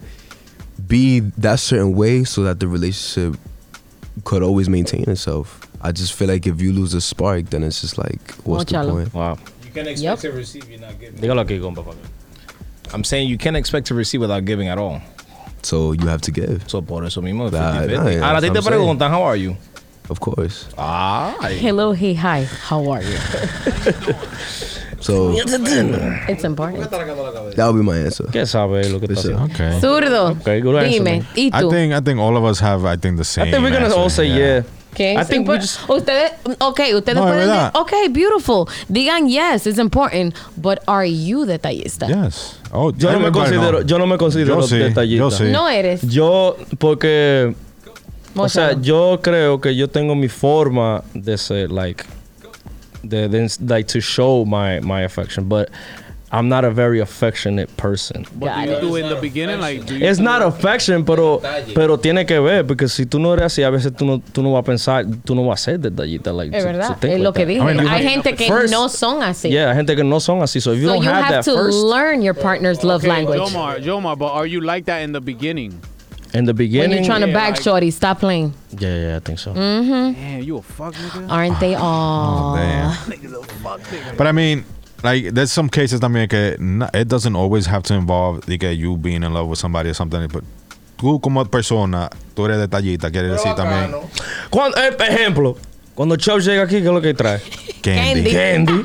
be that certain way so that the relationship could always maintain itself. I just feel like if you lose a spark, then it's just like what's
Móchalo.
the point?
wow.
You can expect to
Yep.
receive, you're not giving.
Dígalo aquí, compa. pa' que-
I'm saying you can't expect to receive without giving at all.
So you have to give,
So por eso mismo.
Nah,
50-50.
nah, yeah,
Ahora a
that's
ti te
what I'm saying.
preguntan, how are you?
of course.
Ah.
Hello, hey, hi. How are you?
Oh.
So
It's important.
that would be my answer.
¿Qué sabe lo que está
Listen.
haciendo?
Okay.
Zurdo.
Okay, good answer,
Dime,
man.
¿y
I
tú?
think I think all of us have I think the same.
I think we're gonna
answer,
all say yeah.
Okay,
I
it's
think we
impor-
just-
ustedes, okay, ustedes
No, es
pueden decir,
verdad.
okay, beautiful. Digan yes, it's important, but are you detallista?
Yes.
Yo
Oh,
no me
everybody know.
considero, yo no me considero
Yo sí,
detallista.
yo sí.
No eres.
Yo, porque, o sea,
Móchalo.
yo creo que yo tengo mi forma de ser, like, de, de- like to show my, my affection, but I'm not a very affectionate person.
What
Got
do you
it.
do in the beginning? Like, do you
It's
do-
not affection, pero,
Detalle.
pero tiene que ver, porque si tú no eres así, a veces tú no, tú no vas a pensar, tú no vas a ser detallista. Like,
Es
to-
verdad,
to think
es
like
lo que
that.
dije.
I mean, you
Hay
have-
gente que
First-
no son así.
Yeah, hay gente que no son así. So if you
so
don't
you
have,
have,
that
to
first
learn your partner's love
Okay,
language.
Jomar, Jomar, but are you like that in the beginning?
in the
When
beginning,
you're trying to
Yeah,
back
like-
shorty, stop playing. Mm-hmm.
yeah, yeah, Oh, I think so.
Damn, you a fuck
Mm.
nigga.
Aren't they all?
Damn. Oh, But I mean, like, there's some cases también que na- it doesn't always have to involve like uh, you being in love with somebody or something. But tú como persona, tú eres detallista, quiere decir también
Cuando, eh, por ejemplo, cuando Chop llega aquí, ¿qué es lo que trae?
Candy.
candy.
Candy.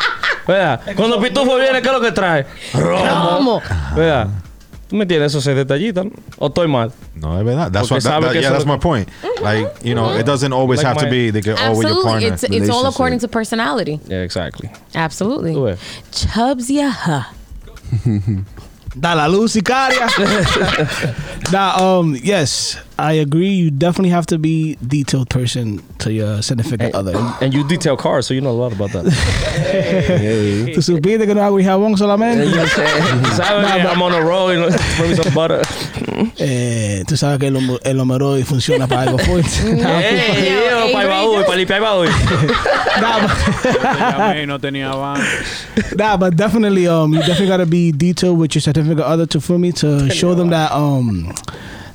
¿Verdad? Cuando Pitufo viene, ¿qué es lo que trae?
¿Cómo?
¿Verdad? ¿Tú me entiendes? Eso es detallito. ¿no? ¿O estoy mal?
No, es verdad. That's
Porque
what. That,
sabe
that-
que
yeah,
eso
that's
lo-
my point. Like, you know, it doesn't always
Like
have to
my-
be like oh, with your
Absolutely.
partner.
It's, it's all according
relationship.
to personality.
Yeah, exactly.
Absolutely.
Tú ves.
Chubs, yeah. huh?
Da la luz, Icaria. nah, um, yes, I agree. You definitely have to be detailed person to your significant other.
And you detail cars, so you know a lot about that.
Tú supiste que no hago jabón solamente.
¿Sabes? I'm on a roll. You know, throw me some butter.
Eh, tú sabes que el, homo- el homeroid funciona para algo fuerte. nah,
Hey, yo, para el baúl, para limpiar el baúl.
nah, but,
Llamé, no tenía van.
nah, but definitely, um, you definitely gotta be detailed with your certificate other to for me to show them that um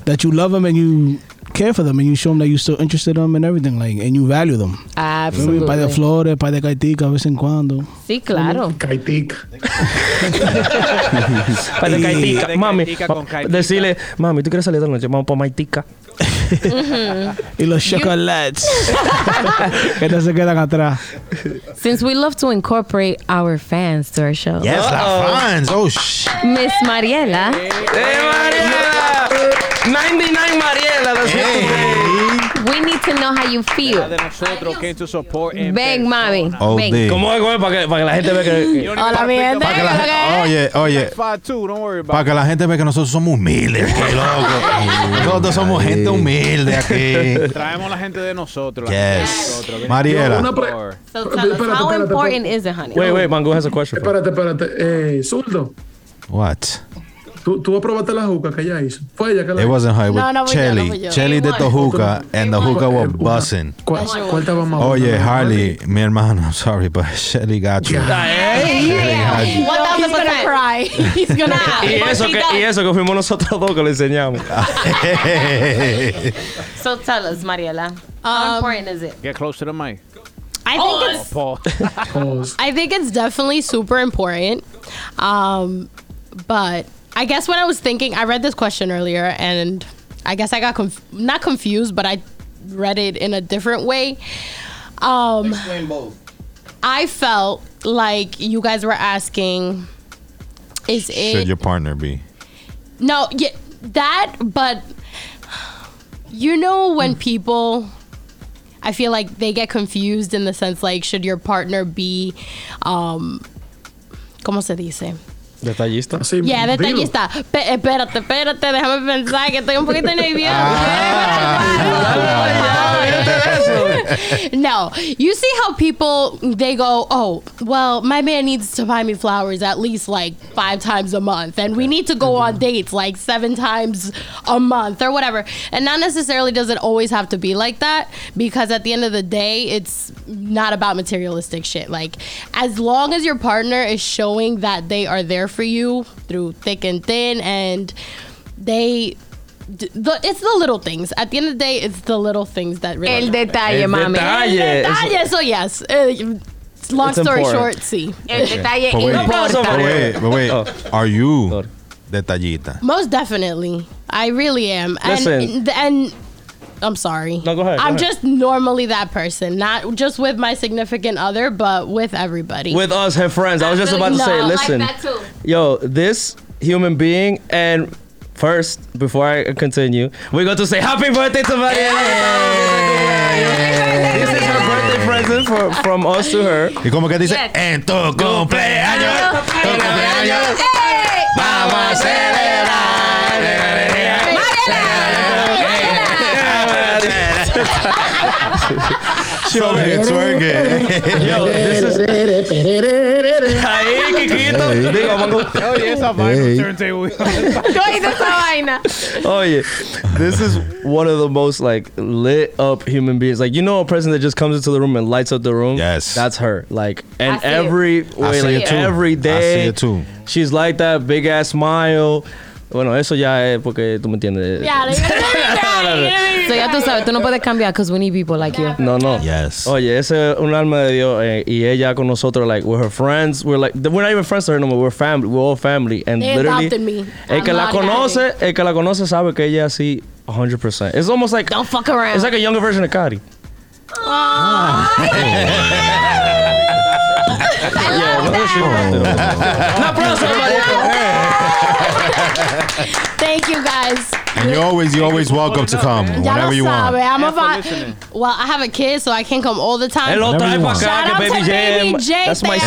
that you love them and you care for them and you show them that you're still interested in them and everything like and you value them.
Absolutely.
Para de flores, para de caitica de vez en cuando.
Sí, claro.
Kaitik.
Para
Para
el caitica.
el
Mami,
caitica
ma-
con caitica.
decirle, mami, ¿tú quieres salir de noche? Vamos para Maitica.
Mm-hmm.
Y los chocolates. que no se quedan atrás.
Since we love to incorporate our fans to our show,
Yes, la fans. Oh shit.
Miss Mariela.
¡Eh, Mariela! 99 Mariela, that's
We need to know how you feel.
de nosotros came to support and
Ven, mami.
Oh,
Ven.
damn.
¿Cómo es, cómo es? Para que, para que la gente vea que...
Hola, mi gente.
Para que la
¿Qué
gente,
es lo que
oye, oye,
Five two, don't worry
para
about it.
que la gente vea que nosotros somos humildes, qué loco. Nosotros somos gente humilde aquí.
Traemos la gente de nosotros. La gente de
Yes.
nosotros.
Mariela.
Una pre-
Or-
So tell us,
Espérate,
how
espérate,
important is it, honey?
Wait, wait, Mango has a question. for you.
Espérate, espérate. Eh, Zurdo,
What?
tú, tú aprobaste la juca que ella hizo. Fue ella que la
It wasn't her. It was
No, no, we don't,
Chelly.
we don't.
Chelly
It
did the
was.
hookah, and the hookah was busting.
¿Cuál, cuál estaba más
Oh yeah,
buena?
Harley, mi hermano. I'm sorry, but Shelly got you.
He's gonna- he's gonna cry. He's gonna
Y
cry.
eso, que, y eso que fuimos nosotros dos que lo enseñamos.
So tell us, Mariela. How
Um,
important is it?
Get close to the mic. Oh,
I think it's I think it's definitely super important. Um, but I guess when I was thinking, I read this question earlier, and I guess I got conf- not confused, but I read it in a different way. Um,
Explain both.
I felt like you guys were asking, is
Should
it
your partner be?
no, yeah, that, but you know when people I feel like they get confused in the sense like should your partner be um ¿Cómo se dice?
Detallista.
yeah, detallista. Pe- espérate, espérate, déjame pensar que estoy un poquito
Eh,
nerviosa. no, you see how people they go, oh, well, my man needs to buy me flowers at least like five times a month, and we need to go on dates like seven times a month or whatever. And not necessarily does it always have to be like that because at the end of the day, it's not about materialistic shit. Like, as long as your partner is showing that they are there for you through thick and thin, and they D- the, it's the little things. At the end of the day, it's the little things that really.
El
matter.
detalle, El mami. detalle.
El detalle. So yes, uh, long
It's
story
important.
short, sí.
El detalle
But wait, but
importa.
wait, but wait.
Oh.
Are you detallita?
Most definitely, I really am. And,
Listen.
and, and I'm sorry.
No, go ahead, go
I'm
ahead.
just normally that person, not just with my significant other, but with everybody.
With us, her friends. I was just
Really?
about to say,
No, like
listen,
that too.
yo, this human being, and first, before I continue, we're going to say happy birthday to Mariela. This is her birthday present for, from us to her.
Y como que dice, en tu cumpleaños, tu
eh,
cumpleaños, vamos a
Show me
twerk it.
Yo, this is. Ahí, Kikito. Digo, vamos.
Oye, esa
Hey.
vaina turntable.
Oh yeah, this is one of the most like lit up human beings. Like you know, a person that just comes into the room and lights up the room. Yes, that's her. Like
I
and
see it.
every
I
way,
see
like
it too.
every
I see
day.
it too.
She's like that big ass smile. Bueno, eso ya es porque tú me entiendes.
Yeah, so ya tú sabes, tú no puedes cambiar because we need people like you.
No, no. Yes. Oye, ese es un alma de Dios. Eh, y ella con nosotros, like, we're her friends. We're like, we're not even friends to her no more. We're family. We're all family. And
They
literally,
adopted me.
el que
I'm
la
not
conoce, el que la conoce sabe que ella así 100%. It's almost like,
don't fuck around.
It's like a younger version of Cari.
Thank you guys.
And you always, you always welcome to come
Y'all
whenever
don't
you want.
sabe, I'm about, well, I have a kid, so I can't come all the time.
Hello, Whenever you type want. acá,
Shout
que
out
Baby
to
J,
Baby J.
that's
te
my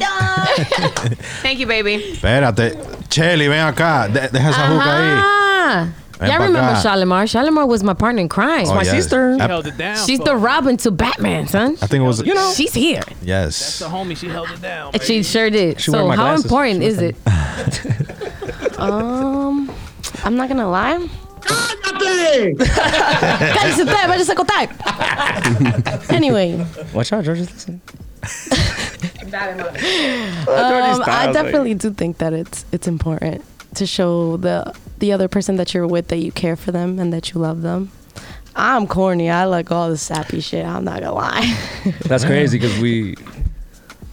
amo.
Thank you, baby.
Espérate, Chelly, ven acá, de- deja esa juca ahí.
Ah.
Ven
Y'all
pa'
remember
acá.
Shalimar? Shalimar was my partner in crime.
Oh, yes. I-
She's the Robin to Batman, son.
I think it was.
You know, she's here.
Yes.
The homie, she held it down.
And She sure did.
She
so
wearing my
how
glasses.
important
She
is it? um, I'm not gonna lie. Cállate usted, váyase a contar. Anyway,
Watch out, George is listening.
Uh,
Um, I
styles, like-
definitely do think that it's it's important to show the the other person that you're with that you care for them and that you love them. I'm corny. I like all the sappy shit. I'm not gonna lie.
That's crazy because we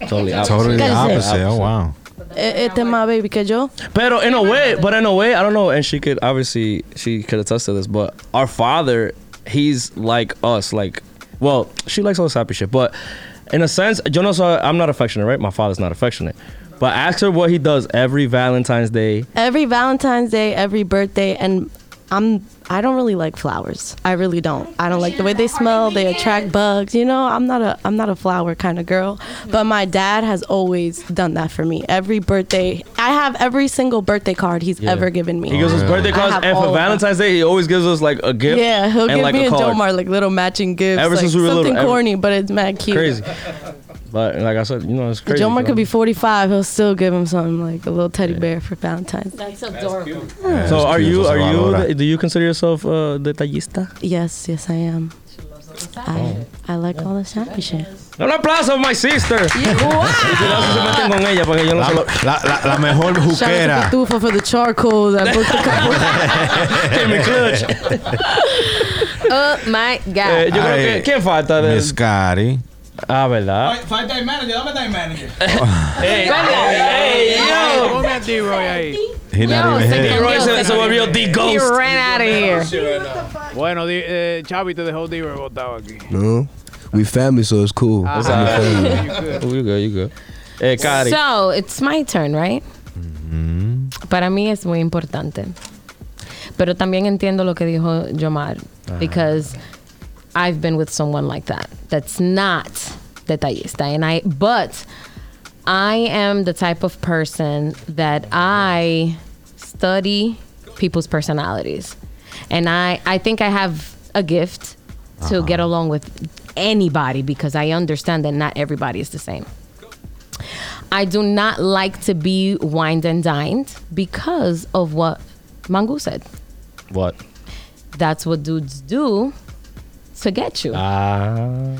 totally opposite.
Totally opposite. Oh wow.
Este es más baby que yo.
Pero in a way, but in a way, I don't know. And she could obviously she could attest to this, but our father, he's like us. Like, well, she likes all this happy shit, but in a sense, you know, so I'm not affectionate, right? My father's not affectionate. But ask her what he does every Valentine's Day.
Every Valentine's Day, every birthday, and I'm I don't really like flowers. I really don't. I don't like the way they smell. They attract bugs. You know, I'm not a I'm not a flower kind of girl. But my dad has always done that for me. Every birthday, I have every single birthday card he's
Yeah.
ever given me.
He gives us birthday
I
cards,
have
and
all
for
of them.
Valentine's Day, he always gives us like a gift.
Yeah, he'll
and,
give
like,
me
a
and
card.
Domar like little matching gifts.
Ever
like,
since we were little,
something
ever-
corny, but it's mad cute.
Crazy. But like I said, you know, it's crazy.
Jomar
so-
could be 45. He'll still give him something like a little teddy bear for Valentine's.
That's adorable.
so
it's
are
cute,
you?
it's a
Are you?
valora.
Do you consider yourself uh, detallista?
Yes, yes, I am.
Oh.
I, I like all the sappy shit.
Un aplauso, my sister.
La, la, la, la mejor
Shout out
juquera.
to Patufa for the charcoal. I booked the couple.
Give me clutch.
Oh my
Eh, yo creo
Ay,
que. ¿Quién falta? De...
Miss Cari.
Ah, ¿verdad?
Falta el manager, dame time manager. ey,
Ey, yo.
Ponme a D-Roy ahí.
He not even
Second
here.
Roy se, se volvió
He
The Ghost.
ran out of here.
Bueno, di- eh, Chavi te dejó D-Roy botado aquí.
No, we family, so it's cool.
Ah.
We family.
You good, you good. Eh, Cari. Mm-hmm.
So it's my turn, right? Para mí es muy importante. Pero también entiendo lo que dijo Yomar.
Ah.
Because I've been with someone like that. That's not detallista. And I, but I am the type of person that I study people's personalities. And I, I think I have a gift to get along with anybody because I understand that not everybody is the same. I do not like to be wined and dined because of what Mangu said.
What?
That's what dudes do to get you.
Ah.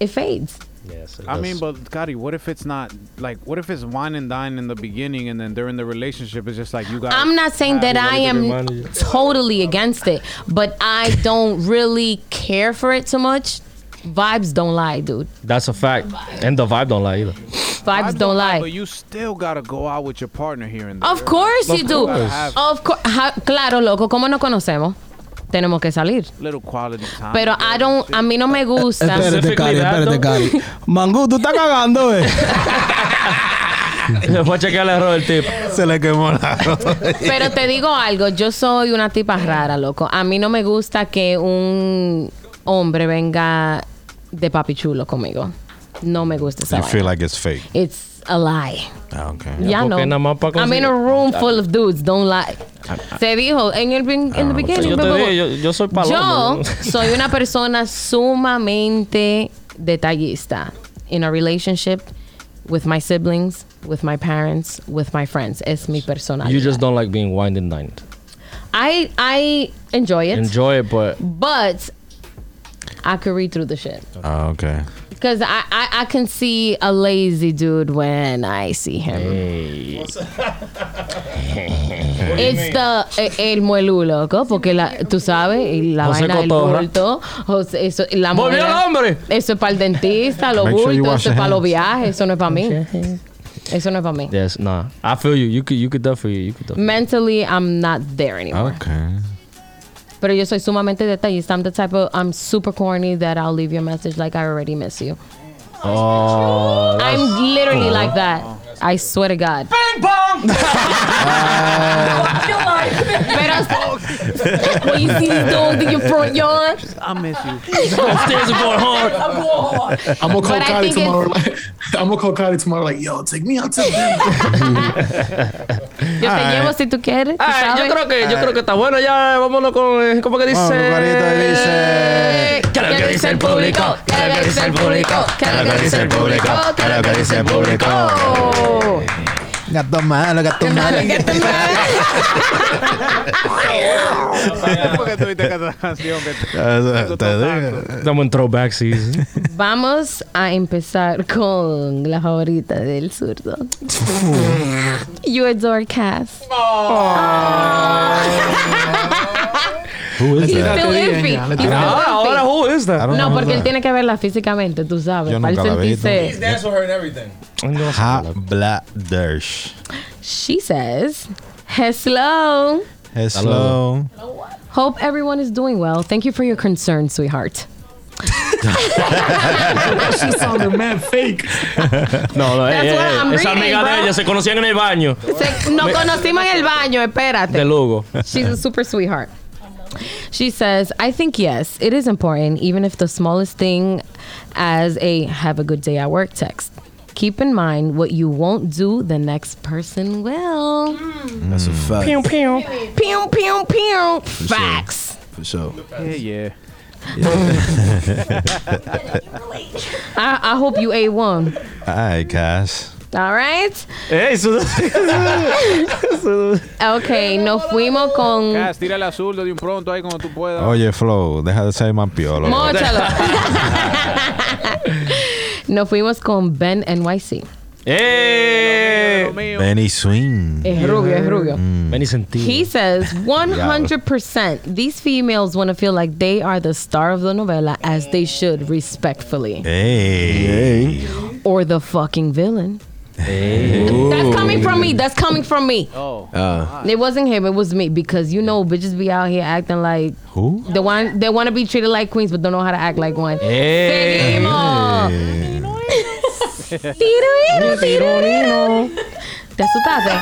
It fades.
Yes.
I mean, but Gotti, what if it's not like? What if it's wine and dine in the beginning, and then during the relationship, it's just like you got.
I'm not saying that I am totally against it, but I don't really care for it too much. Vibes don't lie, dude.
That's a fact. And the vibe don't lie either.
Vibes don't lie.
But you still gotta go out with your partner here and there.
Of course you do.
gotta have
Of course. Claro, loco, ¿cómo no conocemos? Tenemos que salir.
little quality time.
Pero I don't, a mí Ah, no me gusta.
Espérate, Cari, espérate, Cari. Mangú, tú estás cagando, eh.
Voy a checar el error del tipo.
Se le quemó la
Pero te digo algo, yo soy una tipa rara, loco. A mí no me gusta que un hombre venga de papi chulo conmigo. No me gusta esa
I
vaina.
feel like it's fake.
It's a lie.
Ah, okay.
Ya no. I'm in a room full of dudes, don't lie.
Ah,
Se dijo en el bin- in the beginning.
Yo
blah,
te
blah, blah.
dije, yo, yo soy palomo.
Yo soy una persona sumamente detallista in a relationship with my siblings, with my parents, with my friends. Es mi personalidad.
You just don't like being wined and dined.
I I enjoy it,
Enjoy it, but
but I could read through the shit
Ah, okay.
because I, I I can see a lazy dude when I see him. It's the eh, el muelu loco porque la tú sabes y la
José
vaina del
Cotorra.
bulto José, eso y la
¡Volvió
mujer-
el hombre!
eso es para el dentista los
Make sure you
bultos
wash
eso
your
es para los
hands.
viajes eso no es para mí eso no es para mí
yes, nah. I feel you. You could, you could definitely, you could definitely.
mentally I'm not there
Ah,
anymore
Ah,
Okay.
Pero yo soy sumamente detallista. I'm the type of I'm super corny that I'll leave your message like I already miss you.
Oh,
I'm literally like that. I swear to God.
Bang bong!
Pero when you see this dog in your front yard,
I miss you.
Upstairs
going hard.
I'm going hard.
I'm gonna call
But I
Cardi
think it's-
tomorrow. Like, I'm gonna call Cardi tomorrow. Like, yo, take me out to
Yo te llevo si tú quieres. tú
Ay,
sabes.
yo creo que, yo creo que está bueno ya. Vámonos con, eh, ¿cómo que dice?
¿Qué es lo que dice el público? ¿Qué es lo que dice el público? ¿Qué es lo que dice el público? ¿Qué es lo que dice el público?
Gato malo, gato malo.
¿Por qué tuviste que hacer canción que te-
Estamos en throwback season.
Vamos a empezar con la favorita del zurdo. you adore Cass.
Oh. Who is
He's
that?
still iffy. He's still
Ah, ahora,
iffy.
who is that?
No, porque él tiene que verla físicamente, tú sabes.
Yo
para él
nunca la vi,
sentirse-
entonces.
That's what hurt everything.
Hot bladders.
She says, Hello.
Hello.
Hope everyone is doing well. Thank you for your concern, sweetheart.
She sounded mad fake.
No, no,
That's
eh,
what
eh,
I'm
esa
reading,
amiga de
bro.
ella se conocían en el baño
Se- nos conocimos en el baño, espérate.
de Lugo.
She's a super sweetheart. She says, I think yes, it is important, even if the smallest thing as a have a good day at work text. Keep in mind what you won't do, the next person will.
That's a fact.
Pew, pew. Pew, pew, pew.
For sure.
Facts.
For sure.
Yeah,
I, I hope you ate one.
Hi, Cass.
All right.
Hey, so
Okay, nos fuimos con.
Cass, tírale a zurdo de un pronto ahí como tú puedas.
Oye, Flo, deja de ser mampiolo.
Móchalo. Nos fuimos con Ben NYC.
¡Eh!
Benny Swing. Mm.
Es rubio, es rubio.
Benny Sentido.
He says 100% these females want to feel like they are the star of the novela as they should respectfully.
Hey.
Or the fucking villain. That's coming from me. That's coming from me. Uh.
Oh.
It wasn't him, it was me because you know bitches be out here acting like
Who?
the one they want to be treated like queens but don't know how to act like one.
Hey.
Seguimos. Tiro, tiro, tiro. Te asustaste.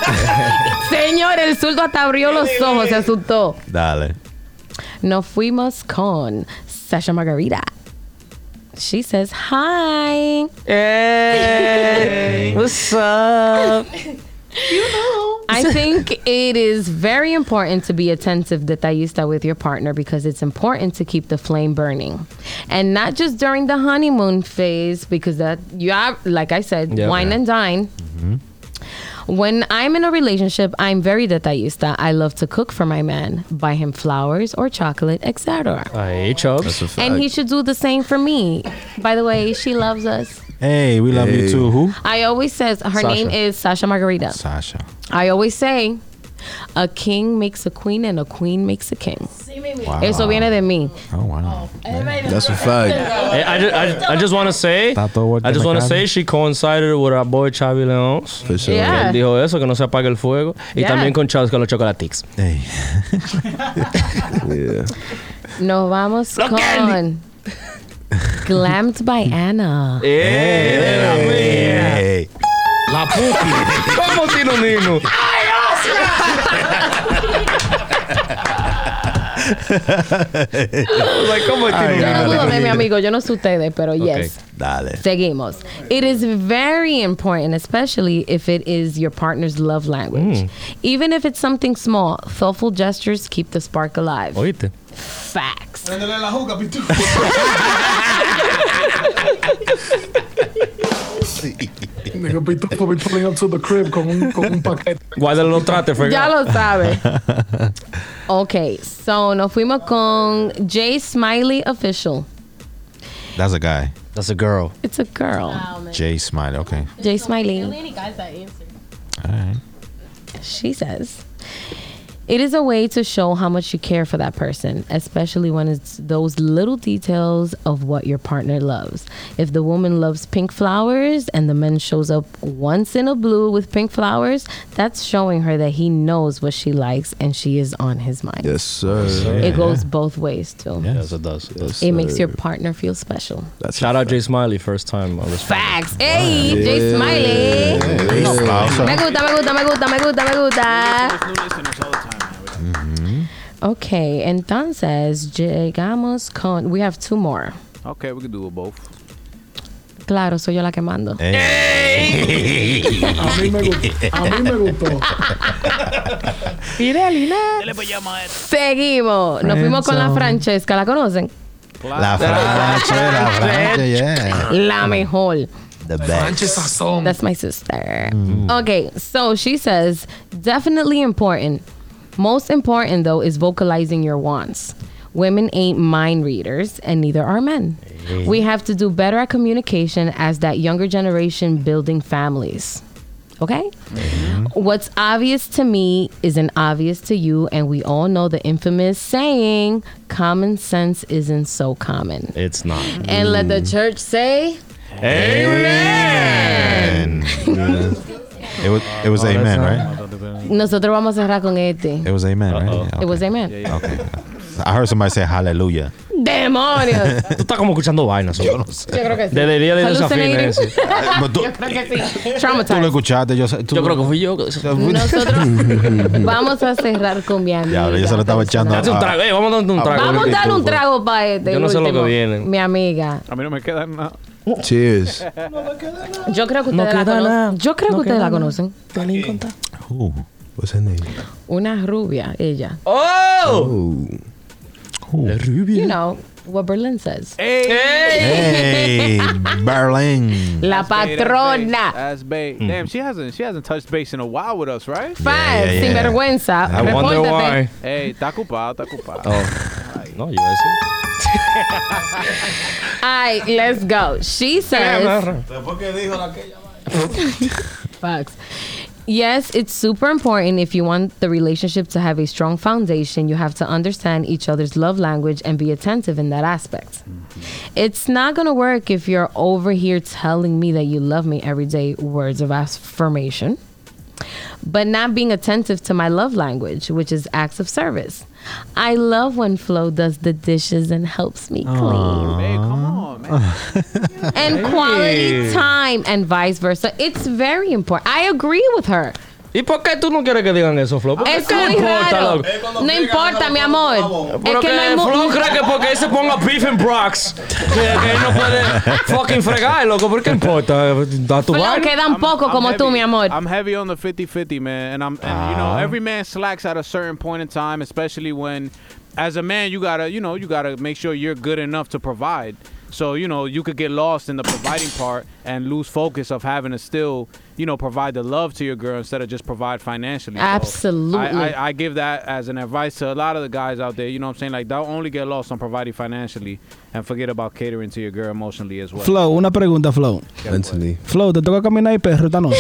Señor, el surdo hasta abrió los ojos, se asustó.
Dale.
Nos fuimos con Sasha Margarita. She says hi.
Hey.
what's up? I think it is very important to be attentive detallista with your partner because it's important to keep the flame burning. And not just during the honeymoon phase, because that you have like I said,
Yeah.
wine and dine.
Mhm.
When I'm in a relationship, I'm very detallista. I love to cook for my man, buy him flowers or chocolate, etc.
Hey, Chubbs. That's a
And he should do the same for me. By the way, she loves us.
Hey, we love you
Hey.
too. Who?
I always says her
Sasha.
name is Sasha Margarita.
Sasha.
I always say, a king makes a queen and a queen makes a king.
Wow.
Eso viene de mí.
Oh, wow.
That's a fact.
Hey, I just, I, just- I just want to say, I just want to say she coincided with our boy Chavi Leons.
For
sure.
Que
Yeah.
él dijo eso, que no se apague el fuego. Y
Yeah.
también con Charles con los chocolatics.
yeah.
Nos vamos con Glammed by
Eh,
Anna.
La puti. ¿Cómo tiene un niño?
like,
¿cómo
Yo no dudo de mi amigo, yo no sé ustedes, pero yes.
Dale.
Seguimos. It is very important, especially if it is your partner's love language. Even if it's something small, thoughtful gestures keep the spark alive.
Oíste.
Facts.
Nigga, Pitufo be pulling up to the crib con un, con un paquete.
Guárdalo los trates, fregado.
Ya lo sabe. Ok, so nos fuimos con Jay Smiley Official.
That's a guy.
That's a girl.
It's a girl.
Jay Smiley. Okay.
Jay Smiley.
Any guys that answer.
All right.
She says, It is a way to show how much you care for that person, especially when it's those little details of what your partner loves. If the woman loves pink flowers and the man shows up once in a blue with pink flowers, that's showing her that he knows what she likes and she is on his mind.
Yes, sir.
It goes both ways, too.
Yes, it does. It, does.
It makes your partner feel special.
Shout out Jay Smiley, first time. I was
Facts. Hey, Jay Smiley. Me gusta, me gusta, me gusta, me gusta, me gusta. Okay, entonces llegamos con. We have two more.
Okay, we can do it both.
Claro, soy yo la que mando.
Hey.
A mí me gustó. A mí me gustó.
Fidelina. Seguimos. Nos fuimos con la Francesca. ¿La conocen?
La Francia, la Francia, Ah, yeah.
La mejor.
The best. Mm.
That's my sister. Okay, so she says definitely important. Most important though is vocalizing your wants. Women ain't mind readers, and neither are men.
Mm.
Hey.
Oh,
We have to do better at communication as that younger generation building families. Okay?
Mm-hmm.
What's obvious to me isn't obvious to you, and we all know the infamous saying common sense isn't so common.
It's not. Mm.
And let the church say,
Amen. it was it
Oh,
was amen, right?
Nosotros vamos a cerrar con este.
It was amen, right?
It was amen.
Okay. I heard somebody say hallelujah.
¡Demonios!
Tú estás como escuchando vainas. Yo no sé.
Yo creo que sí.
Desde día de
Hallucinating.
desafío.
Pero tú-
Yo creo que sí.
Tú lo
Traumatized.
escuchaste, yo sé.
Yo creo que fui yo.
Nosotros.
Vamos a cerrar con mi amiga.
Ya, ahora yo se lo estaba echando.
Date un trago, eh, vamos a dar un trago.
Vamos a dar un trago para este.
Yo no
el
sé lo
último.
que viene.
Mi amiga.
A mí no me queda nada.
Cheers.
Yo creo que
No
ustedes la
queda nada.
conocen. Yo creo
No
que
queda
ustedes la
nada.
conocen.
Ooh,
what's her name?
Una rubia, ella.
Oh!
Oh.
La
You know what Berlin says.
Eh.
Hey, Berlin.
La patrona.
That's bae. Damn, she hasn't she hasn't touched base in a while with us, right?
Fine,
Mm. yeah, yeah.
sinvergüenza.
I wonder
Repórtate.
why. Oh.
Hey, está ocupado, está ocupado.
Oh.
No, yo iba a decir.
All right, let's go. She says. Facts. yes, it's super important if you want the relationship to have a strong foundation, you have to understand each other's love language and be attentive in that aspect. It's not going to work if you're over here telling me that you love me every day, words of affirmation but not being attentive to my love language, which is acts of service. I love when Flo does the dishes and helps me clean. and quality
Hey.
time and vice versa. It's very important. I agree with her.
¿Y por qué tú no quieres que digan eso, Flo? ¿Por qué
Es
¿Qué
muy
importa,
raro.
loco?
No importa, mi amor. Es
Pero
que no hay
que
mu-
Flo cree que porque él se ponga beef and Brox, que, que él no puede fucking fregar, loco. ¿Por qué importa? Da tu
Flo,
vaina.
quedan poco como tú, mi amor.
I'm heavy on the 50-50, man, and I'm and you
Uh-huh.
know
Ah.
every man slacks at a certain point in time, especially when, as a man, you gotta you know you gotta make sure you're good enough to provide. So you know you could get lost in the providing part and lose focus of having to still you know provide the love to your girl instead of just provide financially. So I-
Absolutely.
I, I give that as an advice to a lot of the guys out there. You know what I'm saying? Like they'll only get lost on providing financially and forget about catering to your girl emotionally as well.
Flow, una pregunta, Flow.
Mentally.
Flow, te toca caminar y perro esta noche.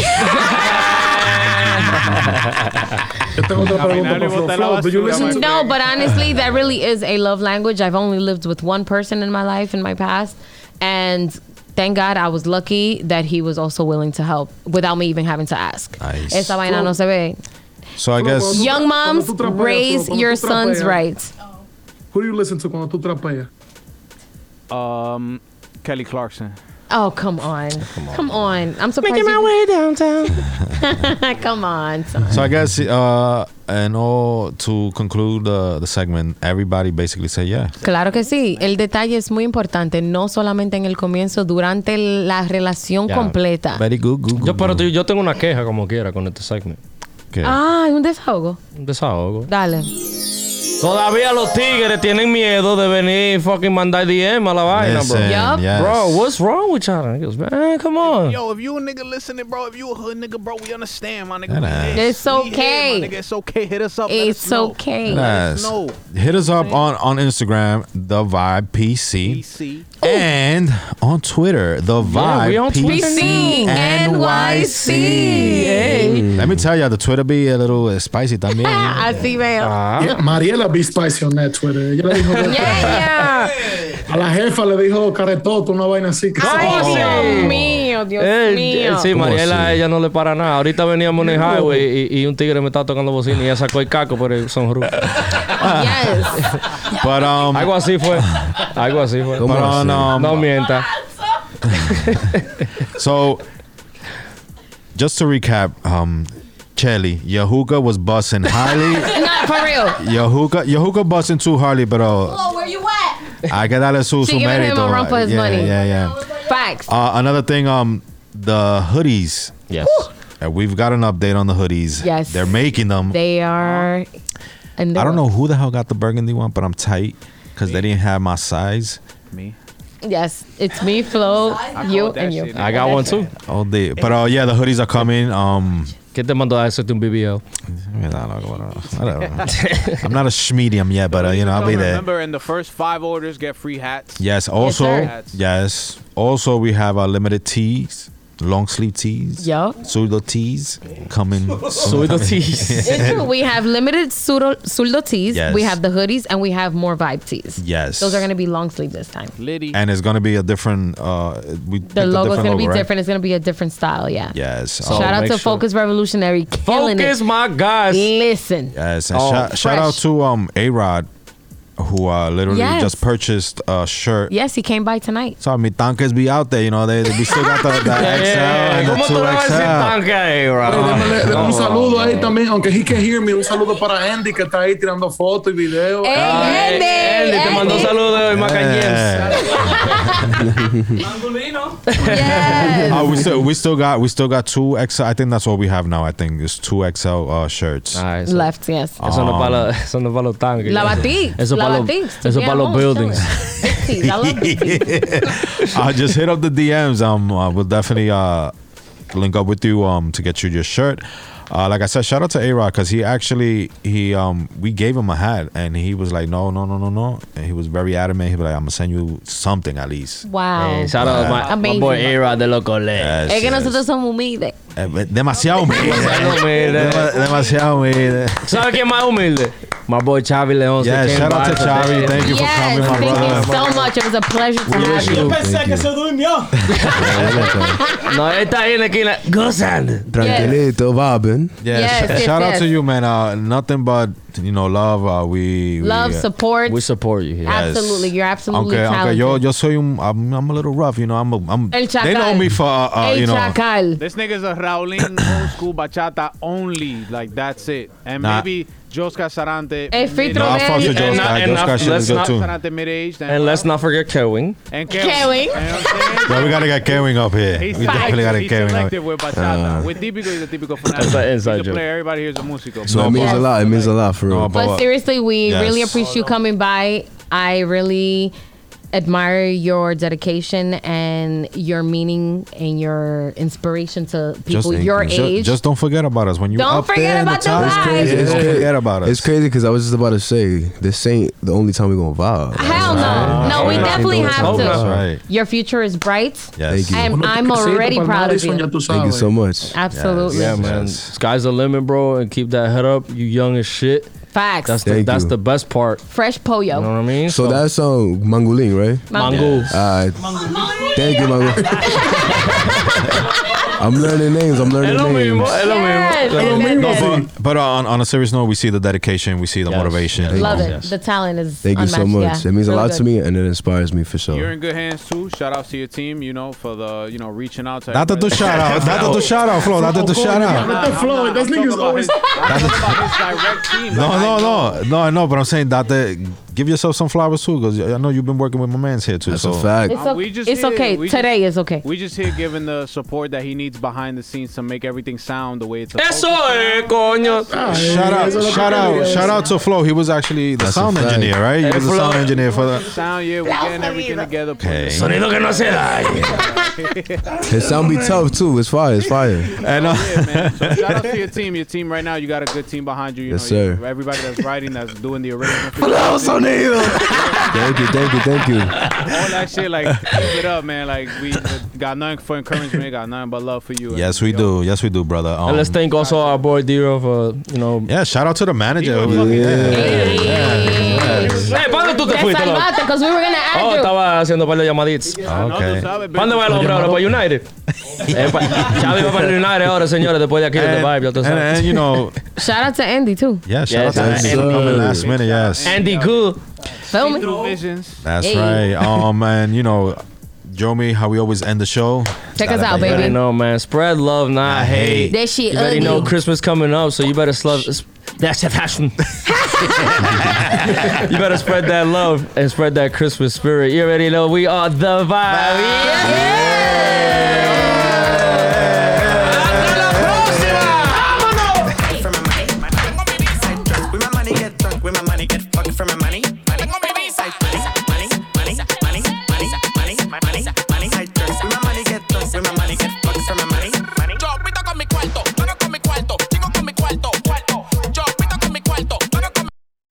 Yo tengo otra pregunta para Flo. Flo, do you listen to-
No, but honestly, that really is a love language. I've only lived with one person in my life in my past, and thank God I was lucky that he was also willing to help without me even having to ask.
Nice.
Esa vaina no se ve.
So I guess
Young moms, raise your sons right.
Who do you listen to cuando tú trapeas?
Um, Kelly Clarkson.
Oh come on, come on! I'm surprised.
Making my
way downtown. come on. son.
So I guess, uh, and all to conclude uh, the segment, everybody basically said yeah.
Claro que sí, el detalle es muy importante, no solamente en el comienzo, durante la relación
Ya.
completa.
Yo, pero tú- yo tengo una queja como quiera con este segment.
Ah, hay un desahogo.
Un desahogo.
Dale.
Todavía los tigres tienen miedo de venir y fucking mandar DM a la vaina, bro.
Listen, Yup. yes.
Bro, what's wrong with y'all niggas, man? Come on.
Yo, if you a nigga listening, bro, if you a hood nigga, bro, we understand, my nigga.
That
We
ass.
here,
It's
we here,
okay.
my nigga. It's okay. Hit us up. let us
It's
know.
okay.
Let us
Yes.
know.
Hit us up on, on Instagram, The Vibe PC.
PC.
And on Twitter, The Vibe
Oh. we on Twitter
PC
now.
NYC.
Hey.
Let me tell y'all, the Twitter be a little uh, spicy también.
Así veo.
Yeah,
Ah.
Mariela be spicy on that Twitter. Ella le dijo a la jefa le dijo caretoto, una vaina así. Que
Ay,
se-
Dios
mío, Dios
Oh. Él-
mío.
él- sí,
¿Cómo
Mariela,
así?
a ella no le para nada. Ahorita veníamos en el
No.
highway y, y un tigre me estaba tocando bocina y ella sacó el caco por el sunroof.
But, um,
algo así fue. Algo así fue.
¿Cómo But on, así? um,
no mienta.
so, just to recap, um, Chelly, Yahuka was busting highly.
Not for real.
Yahuka, Yahuka busting too highly, pero
Oh, where you at?
hay que darle su,
She
su
giving him
mérito.
a run for his
yeah,
money.
Yeah, yeah.
Facts.
Ah.
Uh, another thing, um, the hoodies.
Yes.
Uh, we've got an update on the hoodies.
Yes.
They're making them.
They are. And
I don't know who the hell got the burgundy one, but I'm tight because they didn't have my size.
Me.
Yes, it's me, Flo, you, and you.
I got one too.
All day. But uh, yeah, the hoodies are coming. Um,
¿Qué te mandó a hacerte un BBL?
Whatever. I'm not a schmedium yet, but uh, you know, I'll be there.
Remember, in the first five orders, get free hats.
Yes. Also, yes. Also, we have our limited tees, long sleeve tees.
Yup.
Pseudo tees coming.
Pseudo tees.
It's true. We have limited pseudo, pseudo tees.
Yes.
We have the hoodies, and we have more vibe tees.
Yes.
Those are going to be long sleeve this time.
Liddy.
and it's gonna be a different. Uh, we picked
The
a
logo's going
different
to be
logo, right?
different. It's going to be a different style. Yeah.
Yes.
Shout out to Focus Revolutionary. Killing
Focus,
it.
my guys.
Listen.
Yes, and
Oh,
shout, shout out
fresh.
to um A Rod, who uh, literally
Yes.
just purchased a shirt.
Yes, he came by tonight.
So I mean, tankers be out there, you know. They, they still got the, the XL and the
¿Cómo tú le vas a
two Oh.
decir tanque ahí,
ah,
Oye, démosle- démosle
bro?
un saludo ahí también, aunque he can hear me, un saludo para Andy que está ahí tirando fotos y videos.
Ay, Eh, Andy, te mandó un saludo de
Eh.
XL. Oh, we still we still got we still got two XL. I think that's what we have now. I think it's two XL uh, shirts. Um,
Left, yes.
Ah, Eso no es para los- eso no es para los tanques.
La batik.
Eso es
La
para los-
batik.
eso es para los
Chilling.
buildings.
Tees, I love the tees.
uh, just hit up the DMs. Um, uh, we'll definitely uh, link up with you um to get you your shirt. Uh, like I said, shout out to A Rod because he actually he um we gave him a hat and he was like no no no no no and he was very adamant. He was like I'm gonna send you something at least.
Wow.
Hey, shout out my, my
Amazing.
boy A Rod de Loco Le.
Yes,
Es que
yes.
nosotros somos humildes.
Eh, eh, demasiado humilde.
Demasiado humilde.
Dema- demasiado humilde.
¿Sabes quién más humilde? My boy Chavi Leon.
Yeah, shout out to Chavi. Thank you for
Yes,
coming, my brother.
thank you so much. It was a pleasure to have you.
Yo pensé que se durmió.
No, él está ahí en la esquina. Gozando.
Tranquilito, vibing.
Yeah,
Yes,
sh-
yes,
shout
yes.
out to you, man. Uh, nothing but you know love. Uh, we
Love,
we, uh,
support. We
support you.
Absolutely. You're absolutely
okay, okay.
talented.
Yo, yo soy un. I'm, I'm a little rough, you know. I'm. A, I'm
El
They know
Chacal.
me for uh, uh,
El
you know.
Chacal.
This nigga's a Raulín old school bachata only. Like that's it. And
Nah.
maybe Josca Sarante.
El filtro
No, I fucks with
mid-
Joe's guy. Joe's guy shit is good too.
Sarante mid aged
And let's not forget Kevin.
and
Kevin.
Yeah, we gotta get Kevin up here.
He's
we definitely gotta
selective. He's
get Kevin up.
selective with bachata.
Uh,
with típico, he's a típico
That's an
fanatic. He's a
inside joke.
player. Everybody here's a músico.
So it means a lot. It means a lot for real.
But seriously, we
Yes.
really appreciate you coming by. I really admire your dedication and your meaning and your inspiration to people your
ju-
age.
Just don't forget about us when you
Don't
up
forget
there in
about the
top.
vibes.
It's crazy.
It's
Don't
crazy.
forget about us.
It's crazy because I was just about to say this ain't the only time we gonna vibe.
Hell no. No, we
Right.
definitely
That's
have to.
right.
Your future is bright.
Yes. Thank you.
And I'm already proud of you.
Thank you so much.
Absolutely.
Yeah, man. Sky's the limit, bro. And keep that head up. You young as shit.
Facts.
That's the,
Thank
that's
you.
the best part.
Fresh pollo.
You know what I mean?
So that's um Mangulin, right?
Mangul.
Uh, thank you, Mangul. I'm learning names. I'm learning names.
No, but, but on, on a serious note, we see the dedication, we see the motivation. you
Love
know.
it. The talent is.
Thank you so
unmatched.
much.
Yeah,
it means a
really
lot
good.
to me, and it inspires me for sure.
You're in good hands too. Shout out to your team, you know, for the, you know, reaching out to.
Not to
everybody.
do shout out. Not to do shout out, Flo. Not to do shout out.
Nah,
Let the
I'm
flow.
not-
This
I'm talking
nigga's
about
always-
his- I'm talking about his direct team. Like, I
No, no, no, no, no. But I'm saying that the, give yourself some flowers too, because I know you've been working with my man's here too.
That's
so
a fact.
It's, o-
We just
it's
did.
okay.
We just-
Today is okay.
We just here giving the support that he needs behind the scenes to make everything sound the way it's supposed
Eso es, coño.
Shout out, shout out, shout out to Flo. He was actually the
That's a
sound
fact.
engineer, right? He
Hey,
was the
Flo.
sound engineer for
to
the.
sound. Yeah, we're getting everything together.
Okay.
Sonido que no se dañe.
His sound be tough too. It's fire. It's fire.
And, uh,
Yeah, man. So shout out to your team. Your team right now, you got a good team behind you. you
Yes,
know, you-
sir.
Everybody that's writing, that's doing the original.
thank you. Thank you. Thank you.
all that shit, like, keep it up, man. Like, we got nothing for encouragement, got nothing but love for you.
yes, we do. Yes, we do, brother. Um,
And let's thank also our boy Dero for, you know.
yeah, shout out to the manager.
Hey, ¿para dónde tú te
Te
fuiste, loco?
salvaste, 'cause we were gonna add
Oh,
you.
estaba haciendo un par de llamaditas.
Ah, Okay.
¿Para dónde va el hombre ahora? ¿Para United? Eh, pa- Xavi va para el United ahora, señores, después de aquí de The Vibe, ya tú
And,
sabes.
and you know,
Shout out to Andy too.
yeah,
Yes,
shout out to
yes,
Andy for
sir.
coming last minute. Yes,
Andy Good.
Feel me?
Through visions.
that's
Hey.
right. Um, and you know, Jomi, how we always end the show.
Check us
Gotta
out,
be-
You already
baby.
know, man. Spread love, not hate.
That shit
You already
ugly.
know Christmas coming up, so you better slove. That's a fashion. you better spread that love and spread that Christmas spirit. You already know we are the vibe. Yeah.